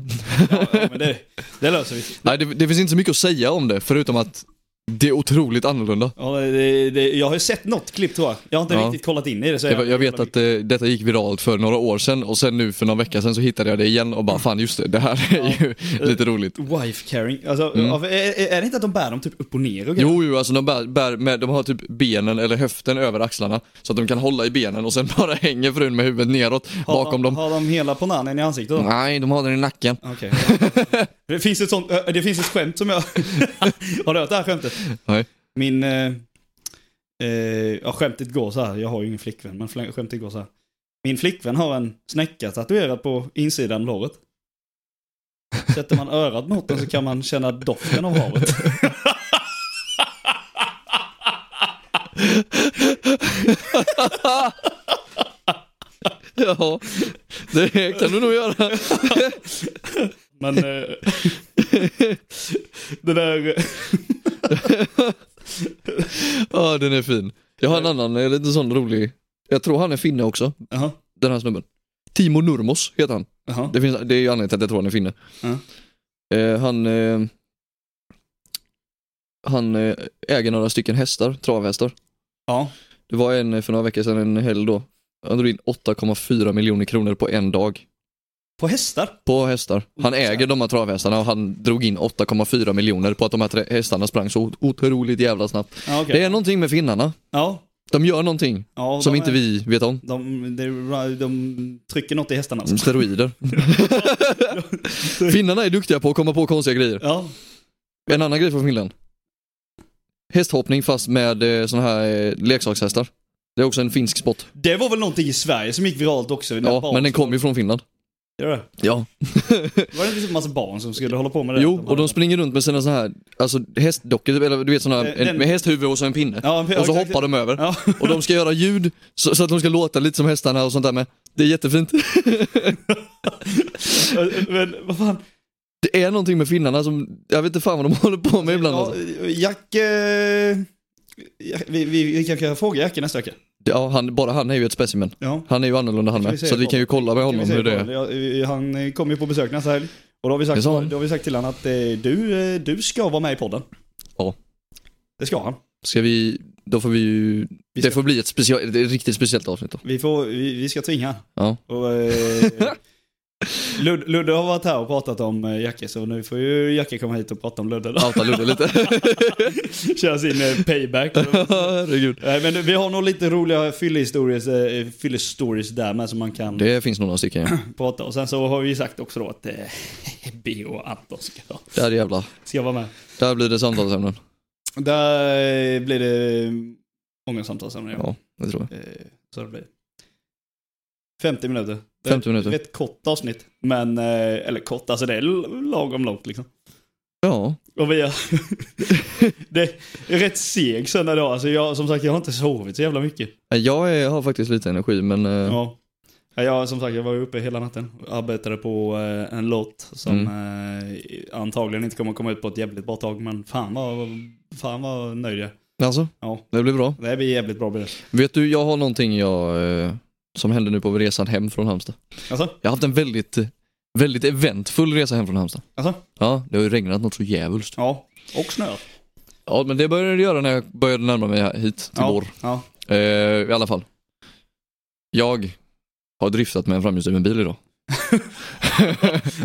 [SPEAKER 1] ja, ja, men det, det löser vi.
[SPEAKER 2] Nej, det, det finns inte så mycket att säga om det, förutom att det är otroligt annorlunda.
[SPEAKER 1] Ja, det, det, jag har ju sett något klipp tror jag. Jag har inte
[SPEAKER 2] Ja.
[SPEAKER 1] riktigt kollat in i det. Så
[SPEAKER 2] Jag, jag vet att eh, detta gick viralt för några år sedan och sen nu för någon vecka sedan så hittade jag det igen och bara fan just det, det här är ju lite roligt.
[SPEAKER 1] Wife carrying. Alltså, ja, för är, är- är det inte att de bär dem typ upp och ner och grejer?
[SPEAKER 2] Mm. Jo, jo, alltså de bär, bär med, de har typ benen eller höften över axlarna så att de kan hålla i benen och sen <laughs> bara hänger frun med huvudet neråt
[SPEAKER 1] har,
[SPEAKER 2] bakom dem.
[SPEAKER 1] Har de hela ponanen i ansiktet då?
[SPEAKER 2] Nej, de har den i nacken.
[SPEAKER 1] Okej. <laughs> det, finns ett sånt, eh, det finns ett skämt som jag... <laughs> har du hört det här skämtet?
[SPEAKER 2] Nej.
[SPEAKER 1] Min... Eh, eh, ja, skämtet går så här. Jag har ju ingen flickvän, men flä- skämtet går så här. Min flickvän har en snäcka tatuerad på insidan av låret. Sätter man örat mot den så kan man känna doften av havet.
[SPEAKER 2] <laughs> Ja, det kan du nog göra.
[SPEAKER 1] Men... Eh, <laughs> det där... eh,
[SPEAKER 2] Ja, den är fin. Jag har en annan, eh, lite sån rolig. Jag tror han är finne också,
[SPEAKER 1] Jaha.
[SPEAKER 2] den här snubben. Timo Nurmos heter han.
[SPEAKER 1] Jaha.
[SPEAKER 2] Det, finns, det är ju anledningen till att jag tror han är finne.
[SPEAKER 1] Ja.
[SPEAKER 2] Eh, han eh, han eh, äger några stycken hästar, travhästar.
[SPEAKER 1] Ja.
[SPEAKER 2] Det var en eh, för några veckor sedan, en helg då. Han drog in 8,4 miljoner kronor på en dag.
[SPEAKER 1] På hästar?
[SPEAKER 2] På hästar. Han
[SPEAKER 1] Mm.
[SPEAKER 2] äger de här travhästarna och han drog in 8,4 miljoner på att de här tre- hästarna sprang så otroligt jävla snabbt.
[SPEAKER 1] Ja, okej.
[SPEAKER 2] Det är någonting med finnarna.
[SPEAKER 1] Ja.
[SPEAKER 2] De gör någonting
[SPEAKER 1] ja
[SPEAKER 2] som
[SPEAKER 1] de
[SPEAKER 2] inte
[SPEAKER 1] är-
[SPEAKER 2] vi vet om.
[SPEAKER 1] De, de, de trycker något i hästarna. alltså. <laughs>
[SPEAKER 2] Steroider. <laughs> Finnarna är duktiga på att komma på konstiga grejer.
[SPEAKER 1] Ja.
[SPEAKER 2] En annan grej från Finland. Hästhoppning fast med eh, såna här eh, leksakshästar. Det är också en finsk sport.
[SPEAKER 1] Det var väl någonting i Sverige som gick viralt också? när
[SPEAKER 2] Ja,
[SPEAKER 1] barn
[SPEAKER 2] men den
[SPEAKER 1] skulle-
[SPEAKER 2] kommer ju från Finland.
[SPEAKER 1] Gör det?
[SPEAKER 2] Ja.
[SPEAKER 1] Var det inte typ en massa barn som skulle hålla på med det?
[SPEAKER 2] Jo, och de springer runt med sina såna här, alltså hästdockor, eller du vet såna här,
[SPEAKER 1] Eh,
[SPEAKER 2] en-
[SPEAKER 1] den-
[SPEAKER 2] med hästhuvud och så en pinne.
[SPEAKER 1] Ja,
[SPEAKER 2] och
[SPEAKER 1] en-
[SPEAKER 2] så
[SPEAKER 1] exakt.
[SPEAKER 2] hoppar de över.
[SPEAKER 1] Ja.
[SPEAKER 2] Och de ska göra ljud, så, så att de ska låta lite som hästarna och sånt där med. Det är jättefint.
[SPEAKER 1] <laughs> Men vad fan?
[SPEAKER 2] Det är någonting med finnarna som, jag vet inte fan vad de <laughs> håller på med ibland.
[SPEAKER 1] Ja,
[SPEAKER 2] Alltså.
[SPEAKER 1] Jack... Eh... Jack- Vi, vi, vi kanske kan fråga Jacke nästa vecka.
[SPEAKER 2] Ja, han, bara han är ju ett specimen.
[SPEAKER 1] Ja.
[SPEAKER 2] Han är ju annorlunda han
[SPEAKER 1] Ska vi
[SPEAKER 2] med.
[SPEAKER 1] se
[SPEAKER 2] Så vi
[SPEAKER 1] på-
[SPEAKER 2] kan ju kolla med
[SPEAKER 1] Kan vi
[SPEAKER 2] honom
[SPEAKER 1] säga
[SPEAKER 2] hur det
[SPEAKER 1] på
[SPEAKER 2] är.
[SPEAKER 1] honom? Ja, vi- Han eh, kommer ju på besök nästa helg. Och då har vi
[SPEAKER 2] Det
[SPEAKER 1] sagt,
[SPEAKER 2] sa han.
[SPEAKER 1] då har vi sagt till honom att eh, du, eh, du ska vara med i podden.
[SPEAKER 2] Ja.
[SPEAKER 1] Det ska han.
[SPEAKER 2] Ska vi, då får vi ju,
[SPEAKER 1] ska-
[SPEAKER 2] det får bli ett, special, ett riktigt speciellt avsnitt då.
[SPEAKER 1] Vi, får, vi, vi ska tvinga han.
[SPEAKER 2] Ja.
[SPEAKER 1] Och, eh, Lud, Ludde har varit här och pratat om eh, Jacke, så nu får ju Jacke komma hit och prata om Ludde. då.
[SPEAKER 2] Outa
[SPEAKER 1] <laughs>
[SPEAKER 2] Ludde lite.
[SPEAKER 1] Köra sin eh, payback.
[SPEAKER 2] Herregud.
[SPEAKER 1] Nej, men vi har nog lite roliga fyllehistorier eh, fyllestories där med som man kan
[SPEAKER 2] Det finns nog några stycken ja.
[SPEAKER 1] prata. Och sen så har vi sagt också då att eh, <laughs> B och Anton ska,
[SPEAKER 2] Där jävlar.
[SPEAKER 1] ska vara med.
[SPEAKER 2] Där blir det samtalsämnen.
[SPEAKER 1] Där blir det eh, många samtalsämnen. Ja.
[SPEAKER 2] Ja, det tror jag.
[SPEAKER 1] Eh, Så det blir. 50 minuter. Det är
[SPEAKER 2] 50 minuter.
[SPEAKER 1] Ett kort avsnitt. Men, eh, eller kort, alltså det är l- lagom långt liksom.
[SPEAKER 2] Ja.
[SPEAKER 1] Och vi är, <laughs> det är rätt seg söndag dag. Alltså jag, som sagt, jag har inte sovit så jävla mycket.
[SPEAKER 2] Jag är, har faktiskt lite energi men eh,
[SPEAKER 1] Ja. Ja, jag, som sagt, jag var ju uppe hela natten och arbetade på eh, en låt som eh, antagligen inte kommer att komma ut på ett jävligt bra tag, men fan vad, fan vad nöjd jag är.
[SPEAKER 2] alltså,
[SPEAKER 1] Ja.
[SPEAKER 2] det blir bra.
[SPEAKER 1] Det blir jävligt bra blir det.
[SPEAKER 2] Vet du, jag har någonting jag, eh, som hände nu på resan hem från Halmstad.
[SPEAKER 1] Alltså,
[SPEAKER 2] Jag har haft en väldigt, eh, väldigt eventfull resa hem från Halmstad.
[SPEAKER 1] alltså,
[SPEAKER 2] Ja, det har ju regnat något så djävulskt.
[SPEAKER 1] ja. Och snö.
[SPEAKER 2] Ja, men det började det göra när jag började närma mig hit till
[SPEAKER 1] Ja,
[SPEAKER 2] vår.
[SPEAKER 1] ja.
[SPEAKER 2] Eh, I alla fall. Jag har driftat med en framhjulsdriven bil idag.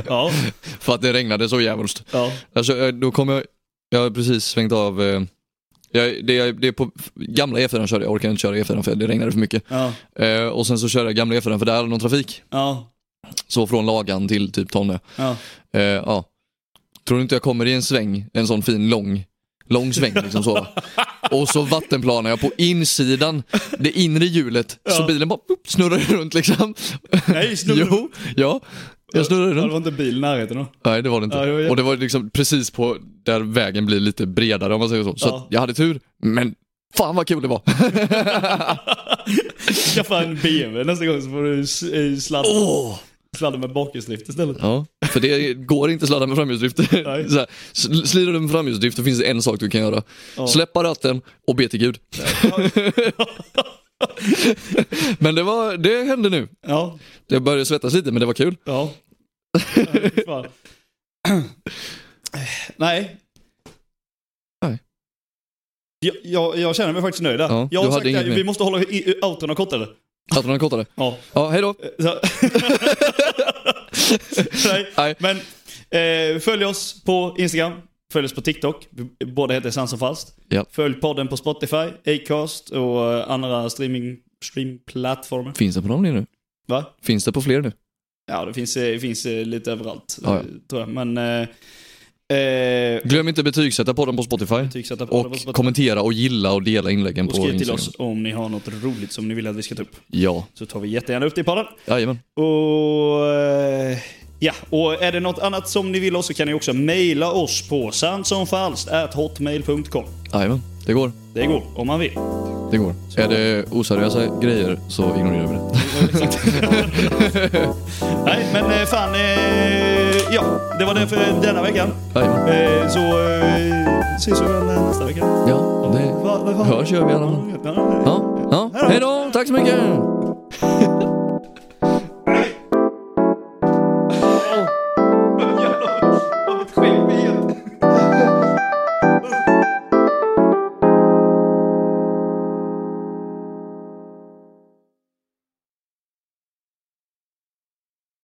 [SPEAKER 1] Ja,
[SPEAKER 2] För att det regnade så djävulskt.
[SPEAKER 1] ja.
[SPEAKER 2] Alltså, eh, då kom jag... Jag har precis svängt av... Eh, jag, det, jag, det är på gamla E4 körde jag, orkar inte köra E4 för det regnade för mycket.
[SPEAKER 1] Ja,
[SPEAKER 2] Eh, och sen så körde jag gamla E4 för där hade någon trafik.
[SPEAKER 1] ja,
[SPEAKER 2] Så från Lagan till typ Tonne.
[SPEAKER 1] ja.
[SPEAKER 2] Eh, ja. Tror du inte jag kommer i en sväng, en sån fin lång, lång sväng liksom så. Och så vattenplanar jag på insidan, det inre hjulet, så
[SPEAKER 1] Ja.
[SPEAKER 2] bilen bara boop, snurrar runt liksom.
[SPEAKER 1] Nej, snurrar
[SPEAKER 2] Jo, ja. Jag snurrar
[SPEAKER 1] Ja, Det
[SPEAKER 2] runt.
[SPEAKER 1] var inte bil i närheten då.
[SPEAKER 2] Nej det var det inte.
[SPEAKER 1] Ja, det var jätte-
[SPEAKER 2] och det var liksom precis på där vägen blir lite bredare om man säger så. Så
[SPEAKER 1] Ja.
[SPEAKER 2] att jag hade tur, men fan vad kul
[SPEAKER 1] <laughs>
[SPEAKER 2] det var.
[SPEAKER 1] Skaffa en BMW nästa gång så får du s- eh, sladd,
[SPEAKER 2] Åh!
[SPEAKER 1] <laughs> sladd med bakhjulsdrift istället.
[SPEAKER 2] Ja. För det går inte att sladda med framhjulsdrift. <laughs>
[SPEAKER 1] Nej.
[SPEAKER 2] Så här, sl- Slirar du med framhjulsdrift då finns det en sak du kan göra. Släppa ratten och be till Gud. men det, var, det hände nu.
[SPEAKER 1] Ja,
[SPEAKER 2] Jag började svettas lite men det var kul.
[SPEAKER 1] ja. Fan. <laughs> Nej.
[SPEAKER 2] Nej.
[SPEAKER 1] Jag, jag, jag känner mig faktiskt nöjd där.
[SPEAKER 2] Ja,
[SPEAKER 1] jag
[SPEAKER 2] du
[SPEAKER 1] har
[SPEAKER 2] hade
[SPEAKER 1] sagt
[SPEAKER 2] inget
[SPEAKER 1] att
[SPEAKER 2] mer.
[SPEAKER 1] vi måste hålla i- i- outrona kortare.
[SPEAKER 2] Att hon kortare.
[SPEAKER 1] Ja.
[SPEAKER 2] Ja, hej då. <laughs>
[SPEAKER 1] Så. Nej.
[SPEAKER 2] Nej.
[SPEAKER 1] Men eh, följ oss på Instagram, följ oss på TikTok. Vi- Båda heter Sans och Fast.
[SPEAKER 2] Ja.
[SPEAKER 1] Följ podden på Spotify, Acast och eh, andra streaming, streamplattformer.
[SPEAKER 2] Finns det på någon mer nu?
[SPEAKER 1] Va?
[SPEAKER 2] Finns det på fler nu?
[SPEAKER 1] Ja, det finns, eh, finns eh, lite överallt.
[SPEAKER 2] Ja, ja.
[SPEAKER 1] eh, Tror jag. Men... Eh, eh,
[SPEAKER 2] Glöm inte betygsätta podden på Spotify.
[SPEAKER 1] betygsätta på
[SPEAKER 2] Och kommentera och gilla och dela inläggen
[SPEAKER 1] och
[SPEAKER 2] på
[SPEAKER 1] skriv till
[SPEAKER 2] Instagram.
[SPEAKER 1] oss om ni har något roligt som ni vill att vi ska ta upp.
[SPEAKER 2] Ja,
[SPEAKER 1] Så tar vi jättegärna upp det i podden.
[SPEAKER 2] jajamän.
[SPEAKER 1] Och... eh, Ja, och är det något annat som ni vill ha så kan ni också mejla oss på sandsomfalskt.hotmail.com.
[SPEAKER 2] Jajamän. Det går.
[SPEAKER 1] Det går, om man vill.
[SPEAKER 2] Det går. Är det oseriösa grejer så ignorerar vi det. <laughs>
[SPEAKER 1] Nej, men eh, fan... Eh, ja, det var det för denna veckan.
[SPEAKER 2] Jajamän.
[SPEAKER 1] Eh, så eh, ses vi väl nästa vecka.
[SPEAKER 2] Ja, det
[SPEAKER 1] Va- va-
[SPEAKER 2] hörs gör vi i alla fall.
[SPEAKER 1] Ja, det-
[SPEAKER 2] Ja, ja. Hej då! Tack så mycket!